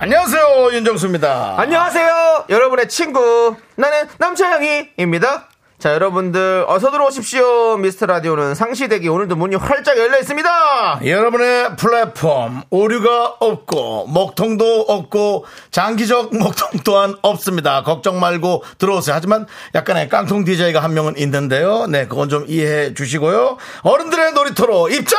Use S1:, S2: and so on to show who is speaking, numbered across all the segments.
S1: 안녕하세요 윤정수입니다.
S2: 안녕하세요, 여러분의 친구. 나는 남창희입니다. 자, 여러분들 어서 들어오십시오. 미스터 라디오는 상시대기 오늘도 문이 활짝 열려 있습니다.
S1: 여러분의 플랫폼 오류가 없고 먹통도 없고 장기적 먹통 또한 없습니다. 걱정 말고 들어오세요. 하지만 약간의 깡통 DJ가 한 명은 있는데요. 네, 그건 좀 이해해 주시고요. 어른들의 놀이터로 입장.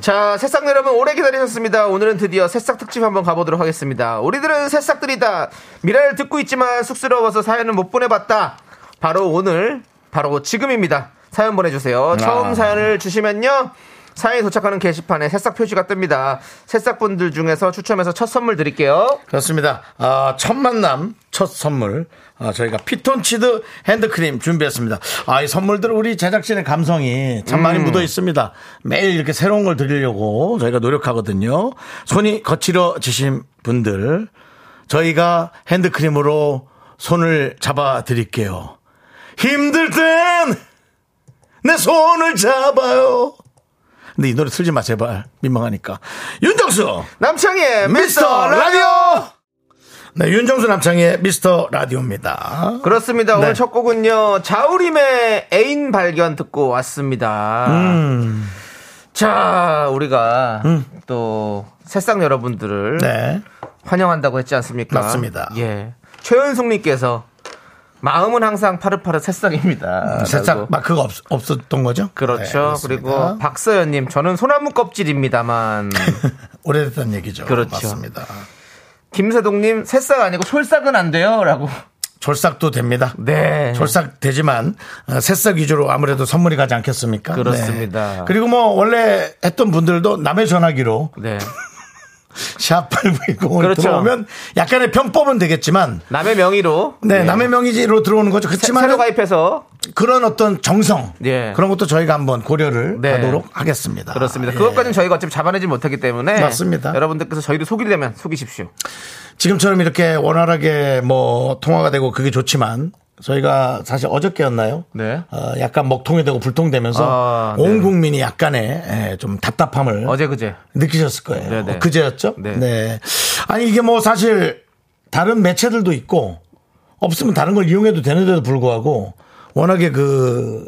S2: 자, 새싹 여러분 오래 기다리셨습니다. 오늘은 드디어 새싹 특집 한번 가보도록 하겠습니다. 우리들은 새싹들이다. 미라를 듣고 있지만 쑥스러워서 사연을 못 보내봤다. 바로 오늘, 바로 지금입니다. 사연 보내주세요. 처음 사연을 주시면요. 사연이 도착하는 게시판에 새싹 표시가 뜹니다. 새싹분들 중에서 추첨해서 첫 선물 드릴게요.
S1: 그렇습니다. 아, 첫 만남 첫 선물 아, 저희가 피톤치드 핸드크림 준비했습니다. 아, 이 선물들 우리 제작진의 감성이 참 많이 묻어 있습니다. 매일 이렇게 새로운 걸 드리려고 저희가 노력하거든요. 손이 거칠어지신 분들 저희가 핸드크림으로 손을 잡아 드릴게요. 힘들 땐 내 손을 잡아요. 근데 이 노래 틀지 마 제발 민망하니까 윤정수
S2: 남창희의
S1: 미스터
S2: 미스터 라
S1: 라디오. 네, 윤정수 남창의 미스터 라디오입니다.
S2: 그렇습니다.
S1: 네.
S2: 오늘 첫 곡은요. 자우림의 애인 발견 듣고 왔습니다.
S1: 음,
S2: 자, 우리가 또 새싹 여러분들을
S1: 네.
S2: 환영한다고 했지 않습니까?
S1: 맞습니다.
S2: 예. 최은숙님께서 마음은 항상 파릇파릇 새싹입니다.
S1: 음, 새싹
S2: 라고.
S1: 마크가 없, 없었던 거죠? 네,
S2: 아, 그렇죠.
S1: 그렇습니다.
S2: 그리고 박서연님, 저는 소나무 껍질입니다만.
S1: 오래됐다는 얘기죠.
S2: 그렇죠.
S1: 맞습니다.
S2: 김세동님, 새싹 아니고 솔싹은 안 돼요. 라고.
S1: 졸싹도 됩니다.
S2: 네.
S1: 졸싹 되지만 어, 새싹 위주로 아무래도 선물이 가지 않겠습니까?
S2: 그렇습니다.
S1: 네. 그리고 뭐 원래 했던 분들도 남의 전화기로
S2: 네.
S1: 샵 8910을
S2: 그렇죠.
S1: 들어오면 약간의 편법은 되겠지만
S2: 남의 명의로.
S1: 네,
S2: 예.
S1: 남의 명의로 들어오는 거죠.
S2: 새-
S1: 그렇지만
S2: 새로 가입해서
S1: 그런 어떤 정성
S2: 예.
S1: 그런 것도 저희가 한번 고려를
S2: 네.
S1: 하도록 하겠습니다.
S2: 그렇습니다.
S1: 예.
S2: 그것까지는 저희가 어차피 잡아내지 못하기 때문에
S1: 맞습니다.
S2: 여러분들께서 저희를 속이려면 속이십시오.
S1: 지금처럼 이렇게 원활하게 뭐 통화가 되고 그게 좋지만 저희가 사실 어저께였나요?
S2: 네.
S1: 어, 약간 먹통이 되고 불통되면서
S2: 아,
S1: 온
S2: 네.
S1: 국민이 약간의 예, 좀 답답함을
S2: 어제 그제.
S1: 느끼셨을 거예요. 어,
S2: 네, 네.
S1: 그제였죠?
S2: 네.
S1: 아니 이게 뭐 사실 다른 매체들도 있고 없으면 다른 걸 이용해도 되는데도 불구하고 워낙에 그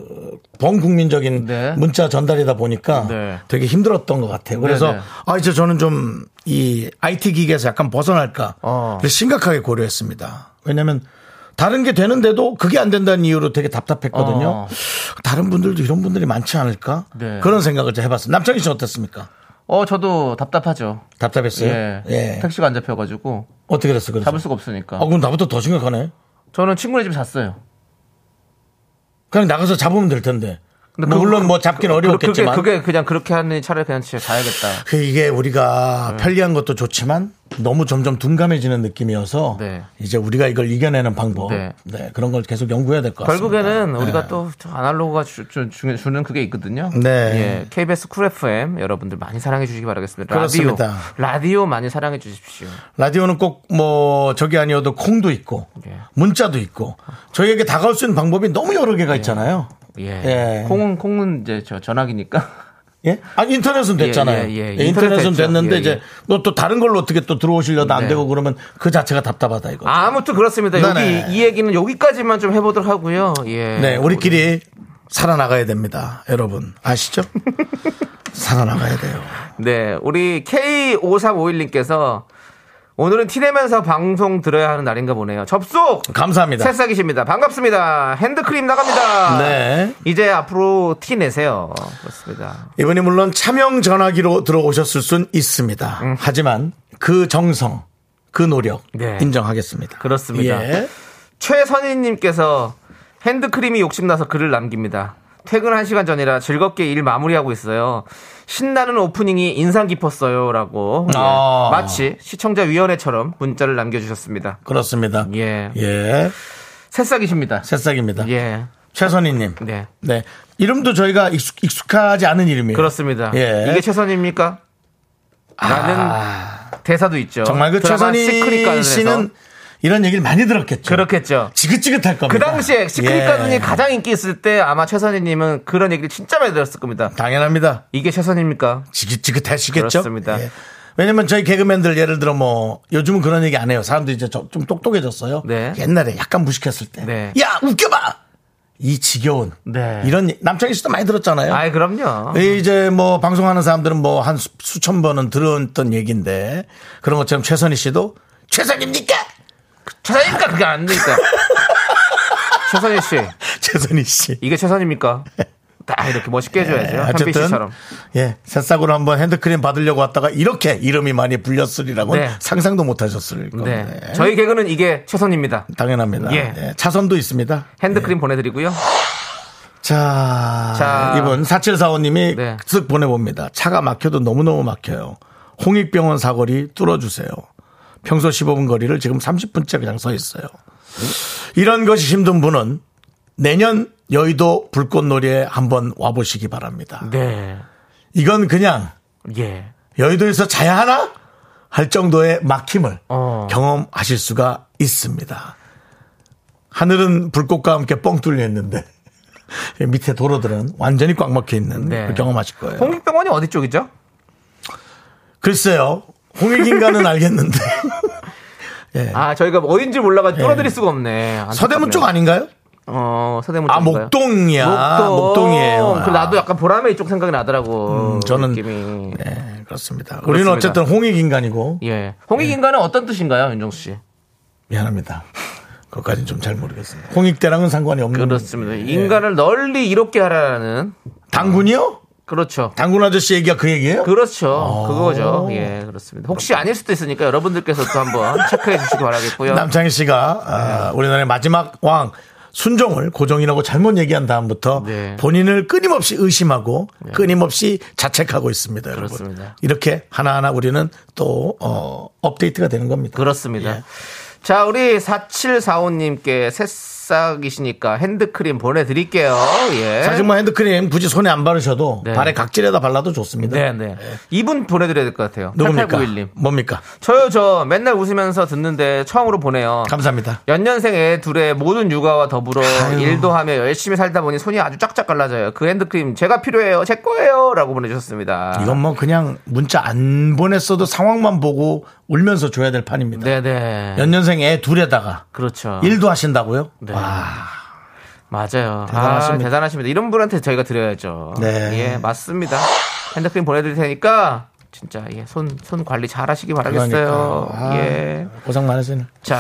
S1: 범국민적인
S2: 네.
S1: 문자 전달이다 보니까
S2: 네.
S1: 되게 힘들었던 것 같아요. 그래서
S2: 네, 네.
S1: 아 이제 저는 좀 이 IT 기계에서 약간 벗어날까
S2: 어.
S1: 를 심각하게 고려했습니다. 왜냐하면 다른 게 되는데도 그게 안 된다는 이유로 되게 답답했거든요.
S2: 어.
S1: 다른 분들도 이런 분들이 많지 않을까
S2: 네.
S1: 그런 생각을 제가 해봤어요. 남창희 씨 어땠습니까?
S2: 어, 저도 답답하죠.
S1: 답답했어요.
S2: 예.
S1: 예.
S2: 택시가 안 잡혀가지고
S1: 어떻게 됐어? 그래서?
S2: 잡을 수가 없으니까.
S1: 아, 그럼 나보다 더 심각하네.
S2: 저는 친구네 집에 잤어요.
S1: 그냥 나가서 잡으면 될 텐데.
S2: 근데
S1: 뭐
S2: 그-
S1: 물론 뭐 잡긴 어려웠겠지만.
S2: 그게, 그게 그냥 그렇게 하는 차라리 그냥 진짜 자야겠다.
S1: 그 이게
S2: 예.
S1: 우리가 편리한 것도 좋지만 너무 점점 둔감해지는 느낌이어서
S2: 네.
S1: 이제 우리가 이걸 이겨내는 방법 네.
S2: 네.
S1: 그런 걸 계속 연구해야 될 것 같습니다.
S2: 결국에는
S1: 네.
S2: 우리가 또저 아날로그가 주, 주, 주, 주는 그게 있거든요.
S1: 네.
S2: 예, KBS 쿨 FM 여러분들 많이 사랑해 주시기 바라겠습니다.
S1: 그렇습니다.
S2: 라디오, 라디오 많이 사랑해 주십시오.
S1: 라디오는 꼭 뭐 저기 아니어도 콩도 있고
S2: 예.
S1: 문자도 있고 저희에게 다가올 수 있는 방법이 너무 여러 개가 있잖아요.
S2: 예.
S1: 예.
S2: 콩은 콩은 이제 저 전화기니까.
S1: 예? 아 인터넷은 됐잖아요.
S2: 예, 예, 예. 인터넷
S1: 인터넷은
S2: 됐죠.
S1: 됐는데
S2: 예,
S1: 이제
S2: 예.
S1: 또, 또 다른 걸로 어떻게 또 들어오시려다 안
S2: 네.
S1: 되고 그러면 그 자체가 답답하다 이거.
S2: 아, 아무튼 그렇습니다.
S1: 네네.
S2: 여기 이 얘기는 여기까지만 좀 해보도록 하고요. 예.
S1: 네, 우리끼리 살아나가야 됩니다. 여러분 아시죠? 살아나가야 돼요.
S2: 네, 우리 K5351님께서 오늘은 티내면서 방송 들어야 하는 날인가 보네요. 접속!
S1: 감사합니다.
S2: 새싹이십니다. 반갑습니다. 핸드크림 나갑니다.
S1: 네.
S2: 이제 앞으로 티 내세요. 그렇습니다.
S1: 이분이 물론 차명 전화기로 들어오셨을 순 있습니다. 하지만 그 정성, 그 노력
S2: 음. 네.
S1: 인정하겠습니다.
S2: 그렇습니다.
S1: 예.
S2: 최선희님께서 핸드크림이 욕심나서 글을 남깁니다. 퇴근 1시간 전이라 즐겁게 일 마무리하고 있어요. 신나는 오프닝이 인상 깊었어요. 라고. 예.
S1: 아.
S2: 마치 시청자위원회처럼 문자를 남겨주셨습니다.
S1: 그렇습니다.
S2: 예.
S1: 예.
S2: 새싹이십니다.
S1: 새싹입니다.
S2: 예.
S1: 최선희님.
S2: 네.
S1: 네. 이름도 저희가 익숙, 익숙하지 않은 이름이에요.
S2: 그렇습니다.
S1: 예.
S2: 이게 최선입니까? 라는 대사도 있죠.
S1: 아. 정말 그
S2: 드라마
S1: 최선희
S2: 시크릿가든에서.
S1: 씨는 이런 얘기를 많이 들었겠죠.
S2: 그렇겠죠.
S1: 지긋지긋할 겁니다.
S2: 그 당시에 시크릿
S1: 예.
S2: 가든이 가장 인기 있을 때 아마 최선희님은 그런 얘기를 진짜 많이 들었을 겁니다.
S1: 당연합니다.
S2: 이게 최선입니까?
S1: 지긋지긋하시겠죠. 예.
S2: 그렇습니다.
S1: 왜냐면 저희 개그맨들 예를 들어 뭐 요즘은 그런 얘기 안 해요. 사람들이 이제 저- 좀 똑똑해졌어요.
S2: 네.
S1: 옛날에 약간 무식했을 때.
S2: 네.
S1: 야 웃겨봐. 이 지겨운.
S2: 네.
S1: 이런 얘기- 남창희 씨도 많이 들었잖아요.
S2: 아이 음. 그럼요.
S1: 이제 뭐 방송하는 사람들은 뭐 한 수천 번은 들었던 얘기인데 그런 것처럼 최선희 씨도 최선입니까?
S2: 최선입니까? 그게 안 되니까. 최선희 씨,
S1: 최선희 씨.
S2: 이게 최선입니까? 딱 이렇게 멋있게 해줘야죠.
S1: 예,
S2: 현빈 씨처럼.
S1: 예 새싹으로 한번 핸드크림 받으려고 왔다가 이렇게 이름이 많이 불렸으리라고
S2: 네.
S1: 상상도 못하셨을
S2: 네.
S1: 겁니다. 예,
S2: 저희 개그는 이게 최선입니다.
S1: 당연합니다.
S2: 예.
S1: 예, 차선도 있습니다. 네.
S2: 핸드크림 보내드리고요.
S1: 자,
S2: 자.
S1: 이분 4745님이
S2: 네.
S1: 쓱 보내봅니다. 차가 막혀도 너무너무 막혀요. 홍익병원 사거리 뚫어주세요. 평소 15분 거리를 지금 30분째 그냥 서 있어요. 이런 것이 힘든 분은 내년 여의도 불꽃놀이에 한번 와보시기 바랍니다.
S2: 네.
S1: 이건 그냥
S2: 예.
S1: 네. 여의도에서 자야 하나? 할 정도의 막힘을
S2: 어.
S1: 경험하실 수가 있습니다. 하늘은 불꽃과 함께 뻥 뚫려 있는데 밑에 도로들은 완전히 꽉 막혀 있는
S2: 네.
S1: 걸 경험하실 거예요.
S2: 홍익병원이 어디 쪽이죠?
S1: 글쎄요. 홍익인간은 알겠는데
S2: 아, 저희가 어딘지 몰라가지고 뚫어드릴 수가 없네. 안타깝네요.
S1: 네. 서대문 쪽 아닌가요?
S2: 어, 서대문 쪽.
S1: 아 목동이야. 목동. 이에요
S2: 어,
S1: 아, 음,
S2: 그럼 나도 약간 보라매 쪽 생각이 나더라고. 그
S1: 저는
S2: 느낌이.
S1: 네, 그렇습니다. 우리는
S2: 그렇습니다.
S1: 어쨌든 홍익인간이고
S2: 예.
S1: 네.
S2: 홍익인간은 어떤 뜻인가요, 윤종수
S1: 음,
S2: 씨?
S1: 미안합니다. 그것까지는 좀 잘 모르겠습니다. 홍익대랑은 상관이 없는
S2: 그렇습니다.
S1: 예.
S2: 인간을 널리 이롭게 하라는
S1: 당군이요?
S2: 그렇죠.
S1: 당군 아저씨 얘기가 그 얘기예요?
S2: 그렇죠. 그거죠.
S1: 어.
S2: 예, 그렇습니다. 혹시 아닐 수도 있으니까 여러분들께서 또 한번 체크해 주시기 바라겠고요.
S1: 남창희 씨가
S2: 네.
S1: 아, 우리나라의 마지막 왕 순종을 고종이라고 잘못 얘기한 다음부터
S2: 네.
S1: 본인을 끊임없이 의심하고 끊임없이 자책하고 있습니다. 여러분.
S2: 그렇습니다.
S1: 이렇게 하나하나 우리는 또 어, 업데이트가 되는 겁니다.
S2: 그렇습니다.
S1: 예.
S2: 자, 우리 4745님께 새싹이시니까 핸드크림 보내드릴게요. 예.
S1: 사실 뭐 핸드크림 굳이 손에 안 바르셔도
S2: 네.
S1: 발에 각질에다 발라도 좋습니다.
S2: 네, 네. 이분 보내드려야 될 것 같아요.
S1: 누굽니까?
S2: 8891님.
S1: 뭡니까?
S2: 저요, 저 맨날 웃으면서 듣는데 처음으로 보내요.
S1: 감사합니다.
S2: 연년생 애 둘의 모든 육아와 더불어 일도 하며 열심히 살다 보니 손이 아주 쫙쫙 갈라져요. 그 핸드크림 제가 필요해요. 제 거예요. 라고 보내주셨습니다.
S1: 이건 뭐 그냥 문자 안 보냈어도 상황만 보고 울면서 줘야 될 판입니다.
S2: 네네.
S1: 연년생 애 둘에다가
S2: 그렇죠.
S1: 일도 하신다고요?
S2: 네.
S1: 와.
S2: 맞아요.
S1: 대단하십니다.
S2: 아, 대단하십니다. 이런 분한테 저희가 드려야죠.
S1: 네.
S2: 예, 맞습니다. 핸드크림 보내드릴 테니까 진짜 예, 손, 손 관리 잘 하시기 바라겠어요.
S1: 그러니까. 아,
S2: 예.
S1: 고생 많으시네.
S2: 자,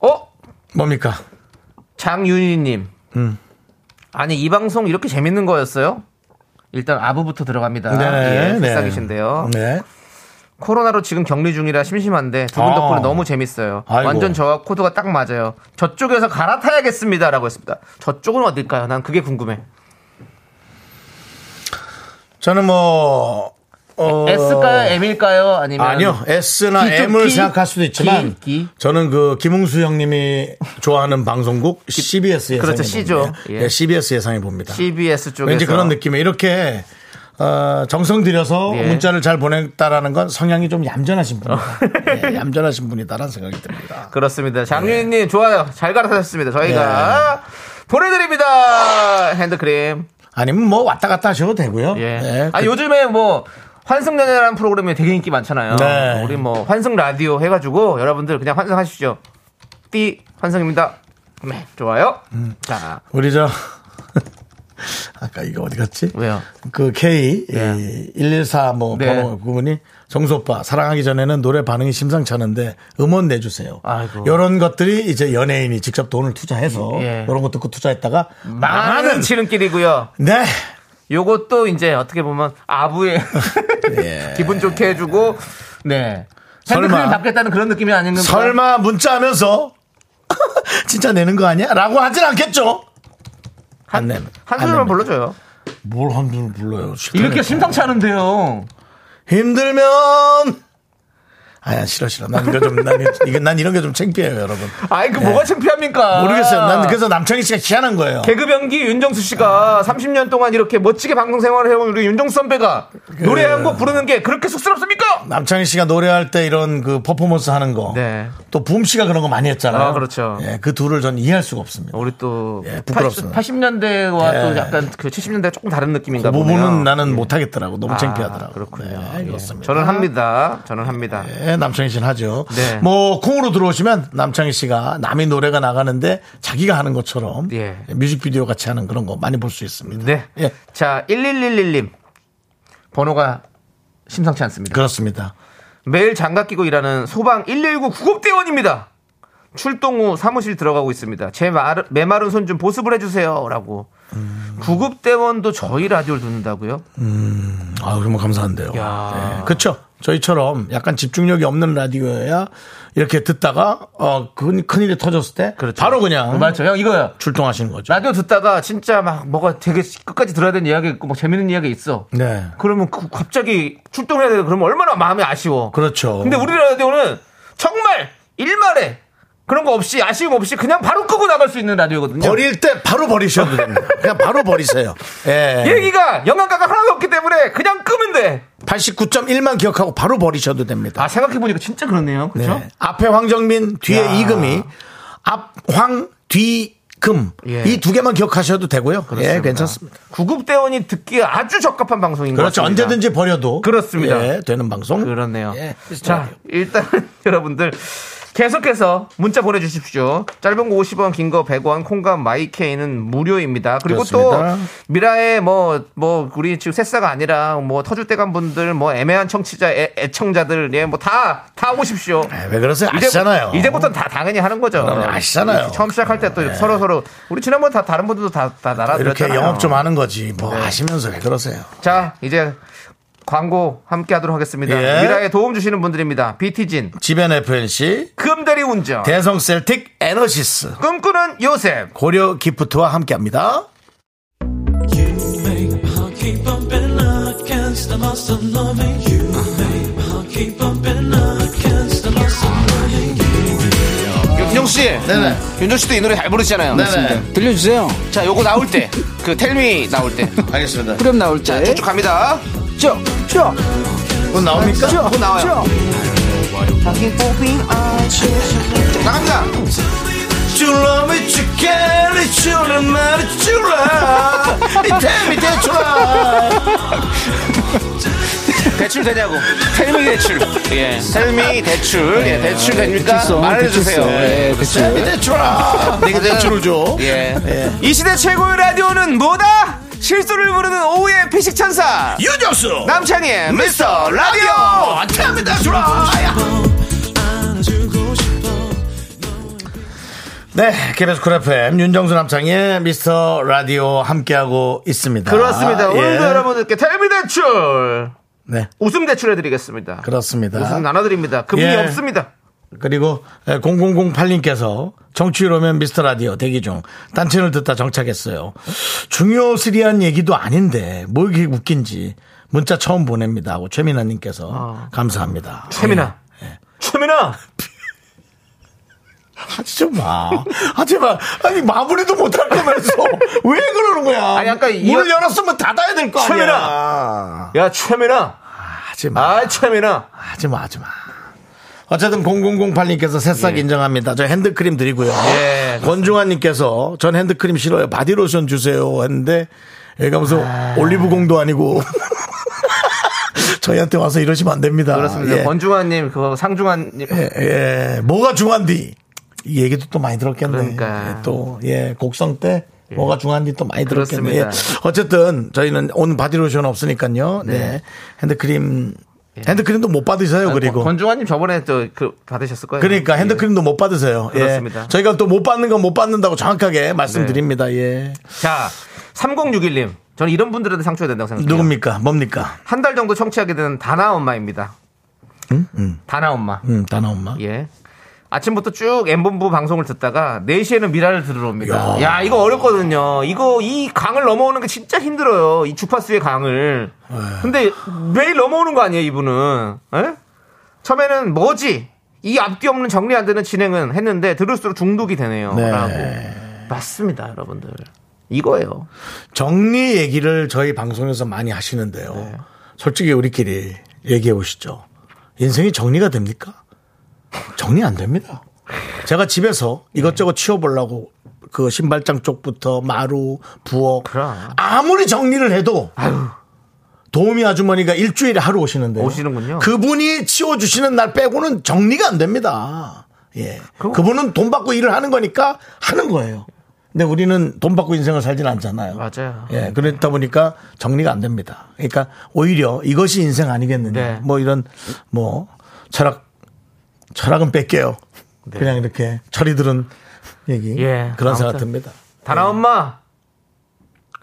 S2: 어?
S1: 뭡니까?
S2: 장윤희님.
S1: 음.
S2: 아니 이 방송 이렇게 재밌는 거였어요? 일단 아부부터 들어갑니다. 예, 새싹이신데요.
S1: 네.
S2: 코로나로 지금 격리 중이라 심심한데 두 분
S1: 아.
S2: 덕분에 너무 재밌어요.
S1: 아이고.
S2: 완전 저와 코드가 딱 맞아요. 저쪽에서 갈아타야겠습니다라고 했습니다. 저쪽은 어딜까요? 난 그게 궁금해.
S1: 저는 뭐, 어,
S2: S일까요? M일까요? 아니면
S1: 아니요. S나
S2: 기, 좀
S1: M을
S2: 기?
S1: 생각할 수도 있지만
S2: 기, 기?
S1: 저는 그 김웅수 형님이 좋아하는 방송국 CBS 예상
S2: 그렇죠, C죠. 예.
S1: 네, CBS 예상해 봅니다.
S2: CBS 쪽에서
S1: 왠지 그런 느낌에 이렇게 어, 정성 들여서
S2: 예.
S1: 문자를 잘 보냈다라는 건 성향이 좀 얌전하신 분이다. 예, 얌전하신 분이다라는 생각이 듭니다.
S2: 그렇습니다. 장윤희님 좋아요. 잘 갈아타셨습니다. 저희가
S1: 네.
S2: 보내드립니다. 핸드크림.
S1: 아니면 뭐 왔다 갔다 하셔도 되고요.
S2: 예.
S1: 네,
S2: 아
S1: 그-
S2: 요즘에 뭐 환승연애라는 프로그램이 되게 인기 많잖아요.
S1: 네.
S2: 우리 뭐 환승 라디오 해가지고 여러분들 그냥 환승하십시오. 띠 환승입니다. 네, 좋아요.
S1: 음.
S2: 자,
S1: 우리 저 아까 이거 어디 갔지?
S2: 왜요? 예.
S1: 그 K 114 뭐
S2: 네.
S1: 번호 그분이 정수 오빠 사랑하기 전에는 노래 반응이 심상찮은데 음원 내주세요.
S2: 아이고.
S1: 이런 것들이 이제 연예인이 직접 돈을 투자해서
S2: 예. 음.
S1: 이런 거 듣고 투자했다가
S2: 많은
S1: 망하는
S2: 지름길이고요.
S1: 네
S2: 요것도 이제 어떻게 보면 아부의 기분 좋게 해주고 네.
S1: 예. 설마.
S2: 핸드크림 받겠다는 그런 느낌이 아닌가?
S1: 설마 문자하면서 진짜 내는 거 아니야?라고 하진 않겠죠. 안 내면.
S2: 한
S1: 안 내면.
S2: 소절만 불러줘요.
S1: 뭘한 줄을 불러요.
S2: 이렇게
S1: 싫다니까.
S2: 심상치 않은데요.
S1: 힘들면 아야 싫어 싫어. 난 이거 좀난 이거 난 이런 게 좀 창피해요, 여러분.
S2: 아이 그
S1: 네.
S2: 뭐가 창피합니까?
S1: 모르겠어요. 난 그래서 남창희 씨가 희한한 거예요.
S2: 아. 개그 변기 윤정수 씨가 30년 동안 이렇게 멋지게 방송 생활을 해온 우리 윤정수 선배가 노래 한 곡 부르는 게 그렇게 쑥스럽습니까?
S1: 남창희 씨가 노래할 때 이런 그 퍼포먼스 하는 거.
S2: 네.
S1: 또 붐 씨가 그런 거 많이 했잖아요.
S2: 아, 그렇죠. 어,
S1: 예, 그 둘을 전 이해할 수가 없습니다.
S2: 우리 또
S1: 예, 부끄럽습니다.
S2: 80, 년대와또
S1: 예.
S2: 약간 그 70년대 조금 다른 느낌인가
S1: 그 부분은
S2: 보네요.
S1: 나는 못 하겠더라고. 너무
S2: 아,
S1: 창피하더라고.
S2: 그렇군요.
S1: 네,
S2: 예.
S1: 그렇습니다.
S2: 저는 합니다. 저는 합니다.
S1: 예, 남창희 씨는 하죠.
S2: 네.
S1: 뭐 콩으로 들어오시면 남창희 씨가 남이 노래가 나가는데 자기가 하는 것처럼
S2: 예.
S1: 뮤직비디오 같이 하는 그런 거 많이 볼 수 있습니다.
S2: 네.
S1: 예.
S2: 자, 1111님. 번호가 심상치 않습니다.
S1: 그렇습니다.
S2: 매일 장갑 끼고 일하는 소방 119 구급대원입니다. 출동 후 사무실 들어가고 있습니다. 제 마르, 메마른 손 좀 보습을 해주세요라고. 구급대원도 저희 라디오를 듣는다고요?
S1: 아, 정말 감사한데요.
S2: 야.
S1: 네, 그렇죠. 저희처럼 약간 집중력이 없는 라디오야 이렇게 듣다가 어, 큰, 큰일이 터졌을 때
S2: 그렇죠.
S1: 바로 그냥
S2: 맞죠, 형 이거요.
S1: 출동하시는 거죠.
S2: 라디오 듣다가 진짜 막 뭐가 되게 끝까지 들어야 되는 이야기 있고 막 재밌는 이야기 있어.
S1: 네.
S2: 그러면 그- 갑자기 출동해야 되는 그러면 얼마나 마음이 아쉬워.
S1: 그렇죠.
S2: 근데 우리 라디오는 정말 일말에 그런 거 없이 아쉬움 없이 그냥 바로 끄고 나갈 수 있는 라디오거든요.
S1: 버릴 때 바로 버리셔도 됩니다. 그냥 바로 버리세요. 예.
S2: 얘기가 영향가가 하나도 없기 때문에 그냥 끄면 돼.
S1: 89.1만 기억하고 바로 버리셔도 됩니다.
S2: 아 생각해 보니까 진짜 그렇네요. 그렇죠?
S1: 네. 앞에 황정민, 뒤에
S2: 야.
S1: 이금희, 앞, 황, 뒤, 금.
S2: 예.
S1: 이 두 개만 기억하셔도 되고요. 예, 괜찮습니다.
S2: 구급대원이 듣기에 아주 적합한 방송인 것
S1: 그렇죠.
S2: 같습니다.
S1: 언제든지 버려도.
S2: 그렇습니다.
S1: 예, 되는 방송.
S2: 그렇네요.
S1: 예, 비슷해요.
S2: 자, 일단 여러분들 계속해서 문자 보내주십시오. 짧은 거 50원, 긴 거 100원, 콩감 마이케이는 무료입니다. 그리고 또
S1: 그렇습니다.
S2: 미라에 뭐, 뭐, 우리 지금 새싹가 아니라 뭐 터줏대감 분들, 뭐 애매한 청취자, 애, 애청자들, 예, 뭐 다, 다 오십시오.
S1: 예, 왜 그러세요?
S2: 이제-
S1: 아시잖아요.
S2: 이제부터는 다 당연히 하는 거죠.
S1: 그럼요, 아시잖아요. 네.
S2: 처음 시작할 때 또 서로 서로 우리 지난번 다 다른 분들도 다 다
S1: 이렇게
S2: 날아들었잖아요.
S1: 영업 좀 하는 거지. 뭐 아시면서 왜 그러세요?
S2: 자, 이제 광고 함께 하도록 하겠습니다.
S1: 예.
S2: 미라에 도움 주시는 분들입니다. 비티진,
S1: 지변 FNC,
S2: 금대리 운전,
S1: 대성 셀틱 에너시스,
S2: 꿈꾸는 요셉,
S1: 고려 기프트와 함께 합니다.
S3: You, babe, I'll keep bumping against the lust of loving you, babe. I'll keep bumping against the lust of loving you.
S2: 윤정 씨, 네네. 윤정 씨도 이 노래 잘 부르시잖아요. 네네.
S4: 들려주세요.
S2: 자, 요거 나올 때, 그 텔미 나올 때,
S1: 알겠습니다.
S4: 그럼 나올 때.
S2: 쭉 갑니다.
S4: 쭉, 쭉,
S1: 곧 나옵니까?
S4: 쭉,
S2: 또 나와요.
S4: 쭉.
S2: 나갑니다.
S1: You love me, you care, it's you, I'm not you, love. It's me, that's right.
S2: 대출 되냐고. 텔미 대출. 예. 텔미 대출. 예, 대출 됩니까?
S4: 대출성,
S2: 말해주세요.
S4: 대출성. 예, 그치.
S1: It's me, that's right. 내가 대출을 줘.
S2: 예. 이 시대 최고의 라디오는 뭐다? 실수를 부르는 오후의 피식천사.
S1: 유정수.
S2: 남창희의 미스터 라디오!
S1: 네, KBS 쿨 FM 윤정수 남창의 미스터 라디오 함께하고 있습니다.
S2: 그렇습니다.
S1: 예.
S2: 오늘도 여러분들께 텔미 대출
S1: 네,
S2: 웃음 대출 해드리겠습니다.
S1: 그렇습니다.
S2: 웃음 나눠드립니다. 금이
S1: 예.
S2: 없습니다.
S1: 그리고 0008님께서 정치율 오면 미스터 라디오 대기 중 단체를 듣다 정착했어요. 중요스리한 얘기도 아닌데 뭐 이게 웃긴지 문자 처음 보냅니다 하고 최민아님께서 감사합니다.
S2: 최민아,
S1: 예.
S2: 최민아,
S1: 하지 마. 하지 마. 아니 마무리도 못할 거면서 왜 그러는 거야?
S2: 아니, 아까 이-
S1: 문을 열었으면 닫아야 될 거 아니야.
S2: 야 최민아,
S1: 하지 마.
S2: 아 최민아.
S1: 하지 마. 하지 마. 어쨌든 0008님께서 새싹 인정합니다. 저 핸드크림 드리고요.
S2: 예.
S1: 권중환님께서 전 핸드크림 싫어요. 바디로션 주세요. 했는데 얘가 무슨
S2: 아.
S1: 올리브공도 아니고 저희한테 와서 이러시면 안 됩니다.
S2: 그렇습니다.
S1: 예.
S2: 아, 권중환님, 그거 상중환님.
S1: 예, 뭐가 중한디? 이 얘기도 또 많이 들었겠네.
S2: 그러니까.
S1: 예, 또, 예, 곡성 때 뭐가 중한디 또 많이 들었겠네. 예.
S2: 그렇습니다.
S1: 어쨌든 저희는 오늘 바디로션 없으니까요. 네. 핸드크림,
S2: 예.
S1: 핸드크림도 못 받으세요, 그리고.
S2: 권중환님 저번에 또 그 받으셨을 거예요.
S1: 그러니까 핸드크림도 못 받으세요. 예.
S2: 그렇습니다. 네.
S1: 저희가 또 못 받는 건 못 받는다고 정확하게 말씀드립니다. 예.
S2: 예. 자, 3061님. 저는 이런 분들한테 상처가 된다고 생각해요.
S1: 누굽니까? 뭡니까?
S2: 한 달 정도 청취하게 되는 다나 엄마입니다. 다나 엄마.
S1: 음, 다나 엄마.
S2: 예. 아침부터 쭉 M본부 방송을 듣다가 4시에는 미라를 들으러 옵니다. 야, 이거 어렵거든요. 이거 이 강을 넘어오는 게 진짜 힘들어요. 이 주파수의 강을. 근데 매일 넘어오는 거 아니에요, 이분은. 에? 처음에는 뭐지? 이 앞뒤 없는 정리 안 되는 진행은 했는데 들을수록 중독이 되네요.
S1: 네.
S2: 라고. 맞습니다, 여러분들. 이거예요.
S1: 정리 얘기를 저희 방송에서 많이 하시는데요.
S2: 네.
S1: 솔직히 우리끼리 얘기해 보시죠. 인생이 정리가 됩니까? 정리 안 됩니다. 제가 집에서
S2: 네.
S1: 이것저것 치워보려고 그 신발장 쪽부터 마루, 부엌
S2: 그럼.
S1: 아무리 정리를 해도 도우미 아주머니가 일주일에 하루 오시는데
S2: 오시는군요.
S1: 그분이 치워주시는 날 빼고는 정리가 안 됩니다. 예.
S2: 그럼-
S1: 그분은 돈 받고 일을 하는 거니까 하는 거예요. 근데 우리는 돈 받고 인생을 살진 않잖아요.
S2: 맞아요.
S1: 예, 그렇다 보니까 정리가 안 됩니다. 그러니까 오히려 이것이 인생 아니겠느냐.
S2: 네.
S1: 뭐 이런 뭐 철학 철학은 뺄게요. 그냥 이렇게 철이 들은 얘기
S2: 네. 예,
S1: 그런 생각
S2: 아무튼.
S1: 듭니다.
S2: 다나 엄마.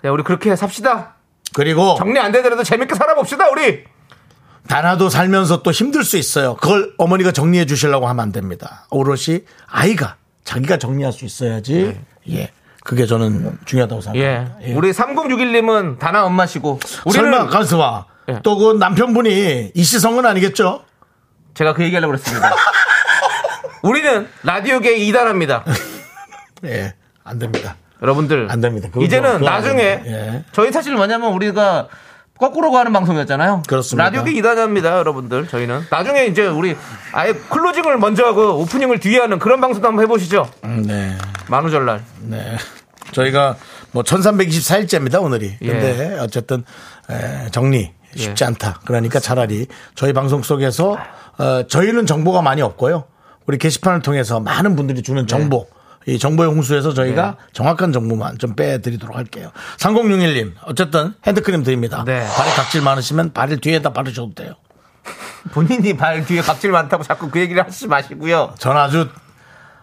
S2: 그냥 우리 그렇게 삽시다.
S1: 그리고
S2: 정리 안 되더라도 재밌게 살아봅시다, 우리.
S1: 단아도 살면서 또 힘들 수 있어요. 그걸 어머니가 정리해 주시려고 하면 안 됩니다. 오롯이 아이가 자기가 정리할 수 있어야지. 예. 그게 저는 중요하다고
S2: 네. 예.
S1: 생각합니다.
S2: 우리 3061님은 다나 엄마시고 우리는
S1: 설마 가수와
S2: 예.
S1: 또 그 남편분이 이시성은 아니겠죠?
S2: 제가 그 얘기하려고 그랬습니다. 우리는 라디오계 이단합니다
S1: 예. 안 됩니다.
S2: 여러분들
S1: 안 됩니다. 그건
S2: 이제는
S1: 그건 안
S2: 나중에
S1: 됩니다. 예.
S2: 저희 사실 뭐냐면 우리가 거꾸로 가는 방송이었잖아요.
S1: 그렇습니다.
S2: 라디오계 이단합니다 여러분들. 저희는 나중에 이제 우리 아예 클로징을 먼저 하고 오프닝을 뒤에 하는 그런 방송도 한번 해보시죠.
S1: 음, 네.
S2: 만우절날.
S1: 네. 저희가 뭐 1324일째입니다, 오늘이.
S2: 예.
S1: 근데 어쨌든 에, 정리 쉽지
S2: 예.
S1: 않다. 그러니까 차라리 저희 방송 속에서 어, 저희는 정보가 많이 없고요. 우리 게시판을 통해서 많은 분들이 주는 정보.
S2: 예.
S1: 이 정보의 홍수에서 저희가 정확한 정보만 좀 빼드리도록 할게요. 3061님, 어쨌든 핸드크림 드립니다.
S2: 네.
S1: 발에 각질 많으시면 발을 뒤에다 바르셔도 돼요.
S2: 본인이 발 뒤에 각질 많다고 자꾸 그 얘기를 하지 마시고요.
S1: 전 아주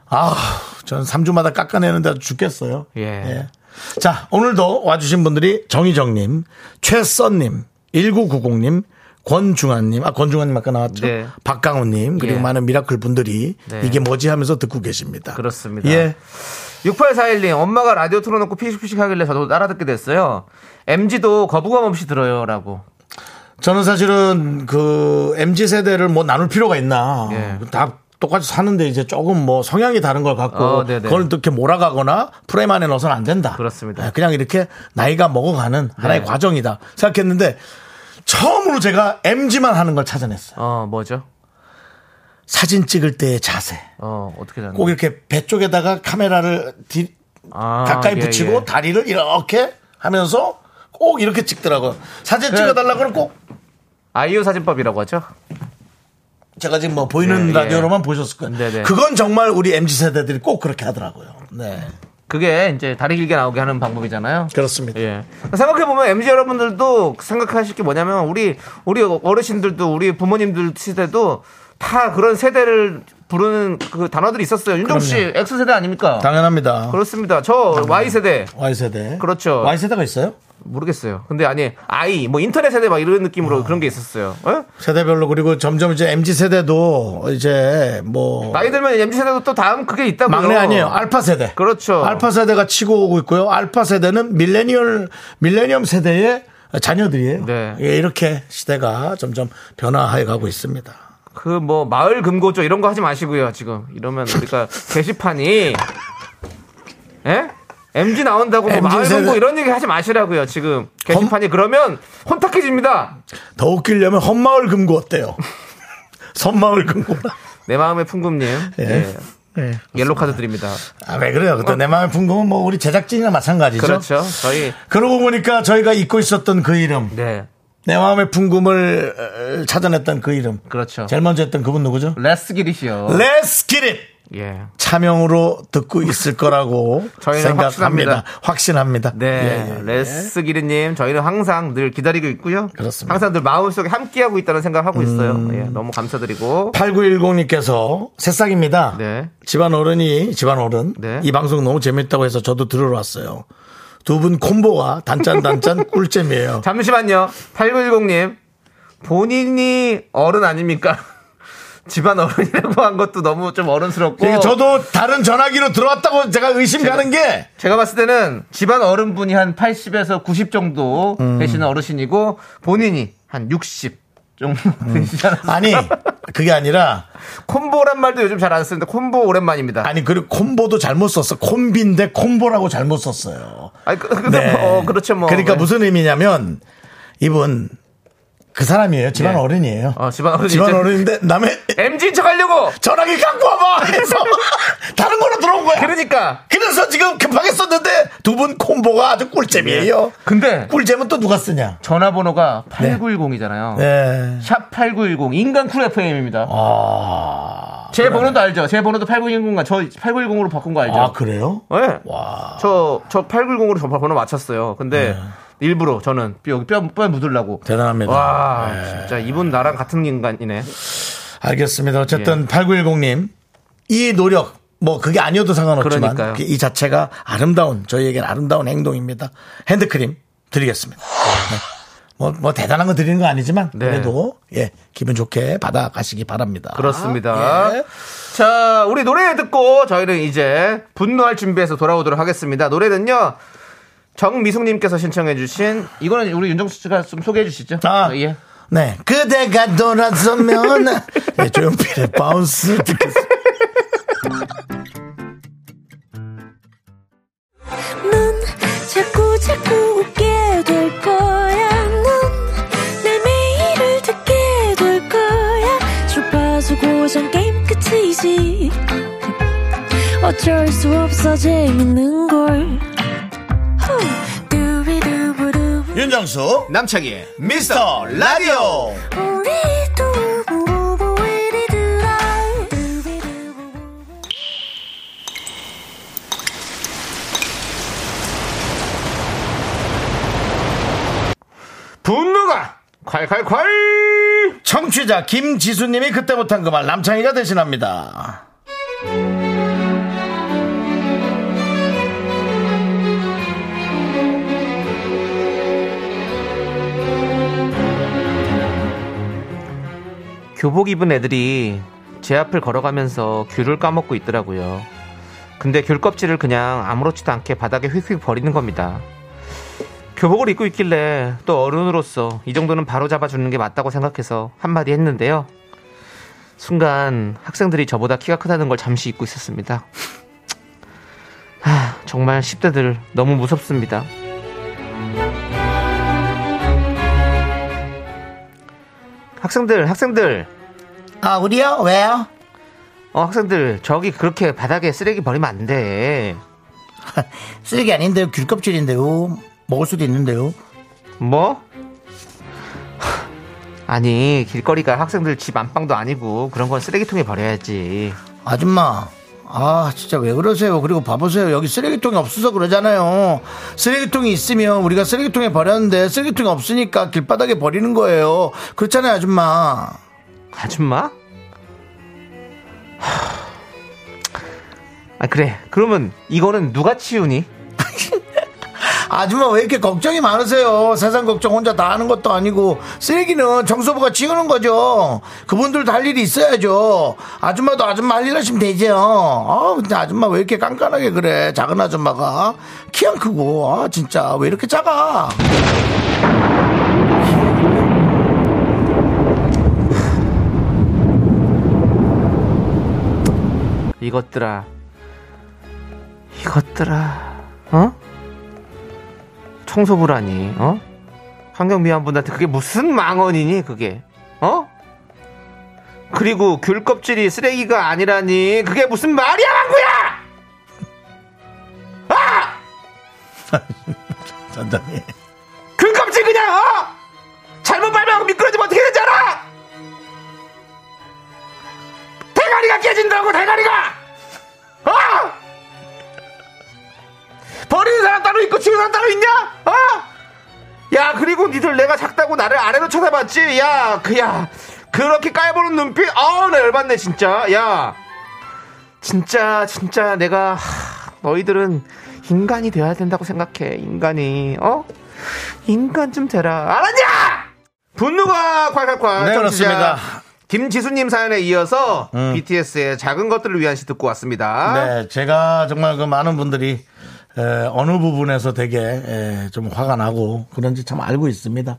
S1: 아, 전 3주마다 깎아내는데 아주 죽겠어요.
S2: 예.
S1: 자, 오늘도 와주신 분들이 정희정님, 최선님, 1990님, 권중환님, 아, 권중환님 아까 나왔죠?
S2: 네.
S1: 박강호님, 그리고
S2: 예.
S1: 많은 미라클 분들이
S2: 네.
S1: 이게 뭐지 하면서 듣고 계십니다.
S2: 그렇습니다.
S1: 예.
S2: 6841님, 엄마가 라디오 틀어놓고 피식피식 하길래 저도 따라 듣게 됐어요. MG도 거부감 없이 들어요. 라고.
S1: 저는 사실은 그 MZ 세대를 뭐 나눌 필요가 있나.
S2: 예.
S1: 다 똑같이 사는데 이제 조금 뭐 성향이 다른 걸 갖고
S2: 어, 네네.
S1: 그걸 또 이렇게 몰아가거나 프레임 안에 넣어서는 안 된다.
S2: 그렇습니다.
S1: 예, 그냥 이렇게 나이가 먹어가는 하나의
S2: 네.
S1: 과정이다 생각했는데 처음으로 제가 MZ만 하는 걸 찾아냈어요.
S2: 어, 뭐죠?
S1: 사진 찍을 때의 자세.
S2: 어, 어떻게 되나?
S1: 꼭 이렇게 배 쪽에다가 카메라를 뒤-
S2: 아,
S1: 가까이
S2: 예,
S1: 붙이고
S2: 예.
S1: 다리를 이렇게 하면서 꼭 이렇게 찍더라고요.
S2: 그
S1: 사진 찍어달라고는 꼭
S2: 아이유 사진법이라고 하죠?
S1: 제가 지금 뭐 보이는
S2: 예, 예.
S1: 라디오로만 보셨을 거예요.
S2: 네네.
S1: 그건 정말 우리 MZ 세대들이 꼭 그렇게 하더라고요. 네.
S2: 그게 이제 다리 길게 나오게 하는 방법이잖아요.
S1: 그렇습니다.
S2: 예. 생각해보면 MG 여러분들도 생각하실 게 뭐냐면 우리, 우리 어르신들도 우리 부모님들 시대도 다 그런 세대를 부르는 그 단어들이 있었어요. 윤종씨 X세대 아닙니까?
S1: 당연합니다.
S2: 그렇습니다. 저 Y세대.
S1: Y 세대.
S2: 그렇죠.
S1: Y 세대가 있어요?
S2: 모르겠어요. 근데 아니 아이 뭐 인터넷 세대 막 이런 느낌으로 그런 게 있었어요. 어?
S1: 세대별로 그리고 점점 이제 MZ 세대도 이제 뭐
S2: 나이 들면 MZ 세대도 또 다음 그게 있다고요.
S1: 막내 아니에요. 알파 세대.
S2: 그렇죠.
S1: 알파 세대가 치고 오고 있고요. 알파 세대는 밀레니얼 밀레니엄 세대의 자녀들이에요.
S2: 네.
S1: 예, 이렇게 시대가 점점 변화해 가고 있습니다.
S2: 그 뭐 마을 금고조 이런 거 하지 마시고요. 지금 이러면 우리가 게시판이 예? MG 나온다고 뭐
S1: MZ
S2: 마을
S1: 세대.
S2: 금고 이런 얘기 하지 마시라고요. 지금 게시판이 그러면 혼탁해집니다.
S1: 더 웃기려면 헛마을 금고 어때요? 선마을 금고.
S2: 내 마음의 풍금님.
S1: 예.
S2: 예.
S1: 예.
S2: 옐로 카드 드립니다.
S1: 아, 왜 그래요? 그때 내 마음에 품금은 뭐 우리 제작진이나 마찬가지죠.
S2: 어. 그렇죠. 저희
S1: 그러고 보니까 저희가 잊고 있었던 그 이름,
S2: 네.
S1: 내 마음의 품금을 어, 찾아냈던 그 이름.
S2: 그렇죠. 음.
S1: 제일 먼저 했던 그분 누구죠?
S2: 레스 기리시요.
S1: Let's get it!
S2: 예.
S1: 차명으로 듣고 있을 거라고
S2: 음. 저희는
S1: 생각합니다. 확신합니다.
S2: 네,
S1: 예, 예,
S2: 레스 기리님 저희는 항상 늘 기다리고 있고요.
S1: 그렇습니다. 음.
S2: 항상 늘 마음속에 함께하고 있다는 생각을 하고 있어요. 예, 너무 감사드리고.
S1: 8910님께서 새싹입니다.
S2: 네.
S1: 집안 어른이 집안 어른
S2: 네.
S1: 이 방송 너무 재밌다고 해서 저도 들으러 왔어요. 두 분 콤보가 단짠단짠 꿀잼이에요.
S2: 잠시만요. 8910님 본인이 어른 아닙니까? 집안 어른이라고 한 것도 너무 좀 어른스럽고
S1: 이게 저도 다른 전화기로 들어왔다고 제가 의심 가는 게
S2: 제가 봤을 때는 집안 어른분이 한 80에서 90 정도
S1: 음.
S2: 되시는 어르신이고 본인이 한 60 정도
S1: 음.
S2: 되시잖아요.
S1: 아니 그게 아니라
S2: 콤보란 말도 요즘 잘 안 쓰는데 콤보 오랜만입니다.
S1: 아니 그리고 콤보도 잘못 썼어 콤비인데 콤보라고 잘못 썼어요. 네.
S2: 아니, 그, 그, 어, 그렇죠 뭐.
S1: 그러니까
S2: 네.
S1: 무슨 의미냐면 이분 그 사람이에요. 집안
S2: 예.
S1: 어른이에요.
S2: 어, 집안 어른이
S1: 집안
S2: 이제-
S1: 어른인데 남의
S2: MG인 척 하려고!
S1: 전화기 갖고 와봐 해서 다른 걸로 들어온 거야.
S2: 그러니까!
S1: 그래서 지금 급하게 썼는데 두 분 콤보가 아주 꿀잼이에요.
S2: 예. 근데
S1: 꿀잼은 또 누가 쓰냐?
S2: 전화번호가 8910이잖아요.
S1: 네.
S2: 샵 8910 인간 쿨 FM입니다. 제 번호도 알죠? 제 번호도 8910인가 저 8910으로 바꾼 거 알죠?
S1: 아 그래요?
S2: 네. 와. 저, 저 8910으로 저 번호 맞췄어요. 근데 일부러 저는 여기 뼈, 뼈 묻으려고. 아,
S1: 대단합니다.
S2: 와, 진짜 이분 나랑 같은 인간이네.
S1: 알겠습니다.
S2: 예.
S1: 어쨌든 8910님 이 노력 뭐 그게 아니어도 상관없지만
S2: 그러니까요.
S1: 이 자체가 아름다운 저희에겐 아름다운 행동입니다. 핸드크림 드리겠습니다. 네. 뭐, 뭐 대단한 거 드리는 거 아니지만
S2: 네.
S1: 그래도 예 기분 좋게 받아가시기 바랍니다.
S2: 그렇죠. 그렇습니다.
S1: 예.
S2: 자, 우리 노래 듣고 저희는 이제 분노할 준비해서 돌아오도록 하겠습니다. 노래는요. 정미숙님께서 신청해주신 이거는 우리 윤정수 씨가 좀 소개해 주시죠.
S1: 아,
S2: 어, 예.
S1: 네 그대가 돌아서면 예, 조용필의 바운스 듣겠습니다.
S5: 넌 자꾸 자꾸 웃게 될 거야. 넌내 매일을 듣게 될 거야. 주파수 고정 게임 끝이지. 어쩔 수 없어 재밌는 걸. 후. 두비두부두.
S1: 윤정수
S2: 남창희의
S1: 미스터 라디오
S5: 우리 두부부부 우리 두라. 두비두부부.
S2: 분노가 콸콸콸!
S1: 청취자 김지수님이 그때 못한 그 말 남창희가 대신합니다.
S2: 교복 입은 애들이 제 앞을 걸어가면서 귤을 까먹고 있더라고요. 근데 귤 껍질을 그냥 아무렇지도 않게 바닥에 휙휙 버리는 겁니다. 교복을 입고 있길래 또 어른으로서 이 정도는 바로 잡아주는 게 맞다고 생각해서 한마디 했는데요. 순간 학생들이 저보다 키가 크다는 걸 잠시 잊고 있었습니다. 하, 정말 10대들 너무 무섭습니다. 학생들, 학생들,
S1: 아, 우리요? 왜요?
S2: 어, 학생들, 저기 그렇게 바닥에 쓰레기 버리면 안 돼.
S1: 쓰레기 아닌데요. 귤껍질인데요. 먹을 수도 있는데요.
S2: 뭐? 아니 길거리가 학생들 집 안방도 아니고 그런 건 쓰레기통에 버려야지
S1: 아줌마. 아, 진짜 왜 그러세요? 그리고 봐보세요. 여기 쓰레기통이 없어서 그러잖아요. 쓰레기통이 있으면 우리가 쓰레기통에 버렸는데 쓰레기통이 없으니까 길바닥에 버리는 거예요. 그렇잖아요, 아줌마.
S2: 아줌마? 하, 아 그래 그러면 이거는 누가 치우니?
S1: 아줌마 왜 이렇게 걱정이 많으세요? 세상 걱정 혼자 다 하는 것도 아니고 쓰레기는 정서부가 치우는 거죠. 그분들도 할 일이 있어야죠. 아줌마도 아줌마 할 일 하시면 되죠. 아 근데 아줌마 왜 이렇게 깐깐하게 그래? 작은 아줌마가 키 안 크고 아 진짜 왜 이렇게 작아?
S2: 이것들아 이것들아 어? 청소부라니 어? 환경미화분한테 그게 무슨 망언이니 그게 어? 그리고 귤 껍질이 쓰레기가 아니라니 그게 무슨 말이야 망구야 아!
S1: 단단히.
S2: 귤 껍질 그냥 어? 잘못 밟아하고 미끄러지면 어떻게 되지 알아? 대가리가 깨진다고 대가리가 어? 버리는 사람 따로 있고 치우는 사람 따로 있냐? 어? 야 그리고 니들 내가 작다고 나를 아래로 쳐다봤지? 야 그야 그렇게 깔보는 눈빛 어, 아나 열받네 진짜 야 진짜 진짜 내가 하, 너희들은 인간이 되어야 된다고 생각해 인간이 어? 인간 좀 되라 알았냐? 분노가 콸콸콸
S1: 네,
S2: 청취자
S1: 그렇습니다.
S2: 김지수님 사연에 이어서 BTS의 작은 것들을 위한 시 듣고 왔습니다.
S1: 음. 네, 제가 정말 그 많은 분들이 에, 어느 부분에서 되게 에, 좀 화가 나고 그런지 참 알고 있습니다.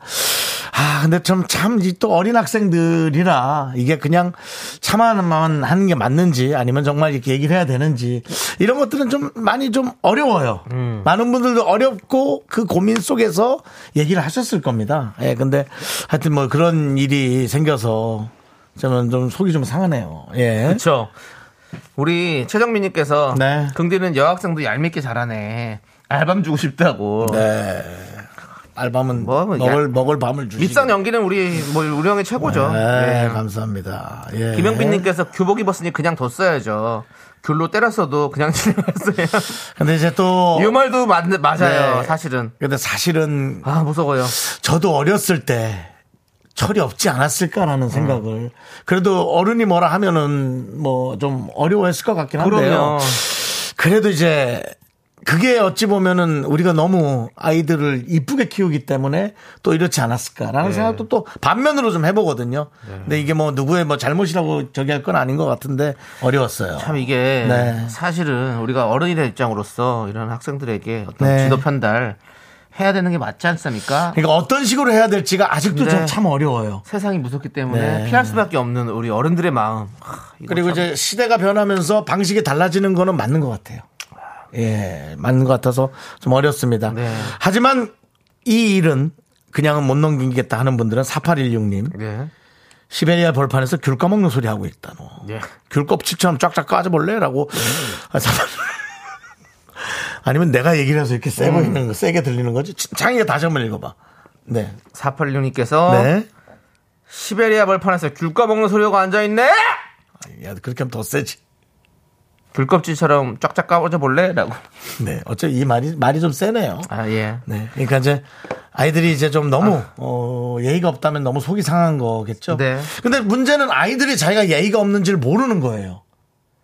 S1: 아, 근데 참, 참, 이 또 어린 학생들이라 이게 그냥 참아만 하는 게 맞는지 아니면 정말 이렇게 얘기를 해야 되는지 이런 것들은 좀 많이 좀 어려워요. 많은 분들도 어렵고 그 고민 속에서 얘기를 하셨을 겁니다. 예, 근데 하여튼 뭐 그런 일이 생겨서 저는 좀 속이 좀 상하네요. 예.
S2: 그렇죠. 우리 최정민님께서
S1: 네.
S2: 긍디는 여학생도 얄밉게 잘하네. 알밤 주고 싶다고.
S1: 네. 알밤은
S2: 뭐, 뭐,
S1: 먹을
S2: 야-
S1: 먹을 밤을 주시.
S2: 밉상 연기는 우리 뭐 우리 형이 최고죠.
S1: 네,
S2: 네.
S1: 감사합니다. 예.
S2: 김영빈님께서 교복 입었으니 그냥 뒀어야죠. 귤로 때렸어도 그냥 지나갔어요.
S1: 근데 이제 또
S2: 이 말도 맞, 맞아요.
S1: 어. 네.
S2: 사실은.
S1: 근데 사실은
S2: 아 무서워요.
S1: 저도 어렸을 때 철이 없지 않았을까라는
S2: 음.
S1: 생각을 그래도 어른이 뭐라 하면은 뭐 좀 어려워했을 것 같긴 한데요.
S2: 그럼요.
S1: 그래도 이제 그게 어찌 보면은 우리가 너무 아이들을 이쁘게 키우기 때문에 또 이렇지 않았을까라는
S2: 예.
S1: 생각도 또 반면으로 좀 해보거든요.
S2: 네.
S1: 근데 이게 뭐 누구의 뭐 잘못이라고 저기 할 건 아닌 것 같은데 어려웠어요.
S2: 참 이게
S1: 네.
S2: 사실은 우리가 어른이된 입장으로서 이런 학생들에게 어떤
S1: 네.
S2: 지도 편달 해야 되는 게 맞지 않습니까?
S1: 그러니까 어떤 식으로 해야 될지가 아직도
S2: 근데
S1: 좀 참 어려워요.
S2: 세상이 무섭기 때문에
S1: 네.
S2: 피할 수밖에 없는 우리 어른들의 마음. 하, 이거
S1: 그리고
S2: 참-
S1: 이제 시대가 변하면서 방식이 달라지는 거는 맞는 것 같아요. 예, 맞는 것 같아서 좀 어렵습니다.
S2: 네.
S1: 하지만 이 일은 그냥은 못 넘기겠다 하는 분들은 4816님.
S2: 네.
S1: 시베리아 벌판에서 귤 까먹는 소리 하고 있다 너.
S2: 예.
S1: 귤 껍질처럼 쫙쫙 까져볼래라고.
S2: 네.
S1: 아, 잠깐만. 아니면 내가 얘기를 해서 이렇게 세
S2: 음.
S1: 보이는 거, 세게 들리는 거지. 진- 창의가 다시 한번 읽어봐. 네.
S2: 486님께서
S1: 네.
S2: 시베리아 벌판에서 귤 까먹는 소리가 앉아있네?
S1: 야, 그렇게 하면 더 세지.
S2: 귤껍질처럼 쫙쫙 까워져 볼래? 라고.
S1: 네. 어차피 이 말이, 말이 좀 세네요.
S2: 아, 예.
S1: 네. 그러니까 이제 아이들이 이제 좀 너무, 어, 예의가 없다면 너무 속이 상한 거겠죠.
S2: 네.
S1: 근데 문제는 아이들이 자기가 예의가 없는지를 모르는 거예요.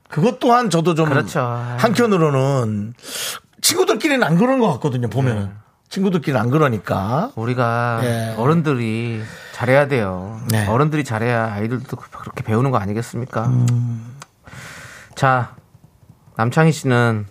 S1: 그것 또한 저도 좀.
S2: 그렇죠.
S1: 한편으로는 친구들끼리는 안 그런 것 같거든요, 보면은. 친구들끼리는 안 그러니까.
S2: 우리가
S1: 예.
S2: 어른들이 잘해야 돼요.
S1: 네.
S2: 어른들이 잘해야 아이들도 그렇게 배우는 거 아니겠습니까? 음. 자, 남창희 씨는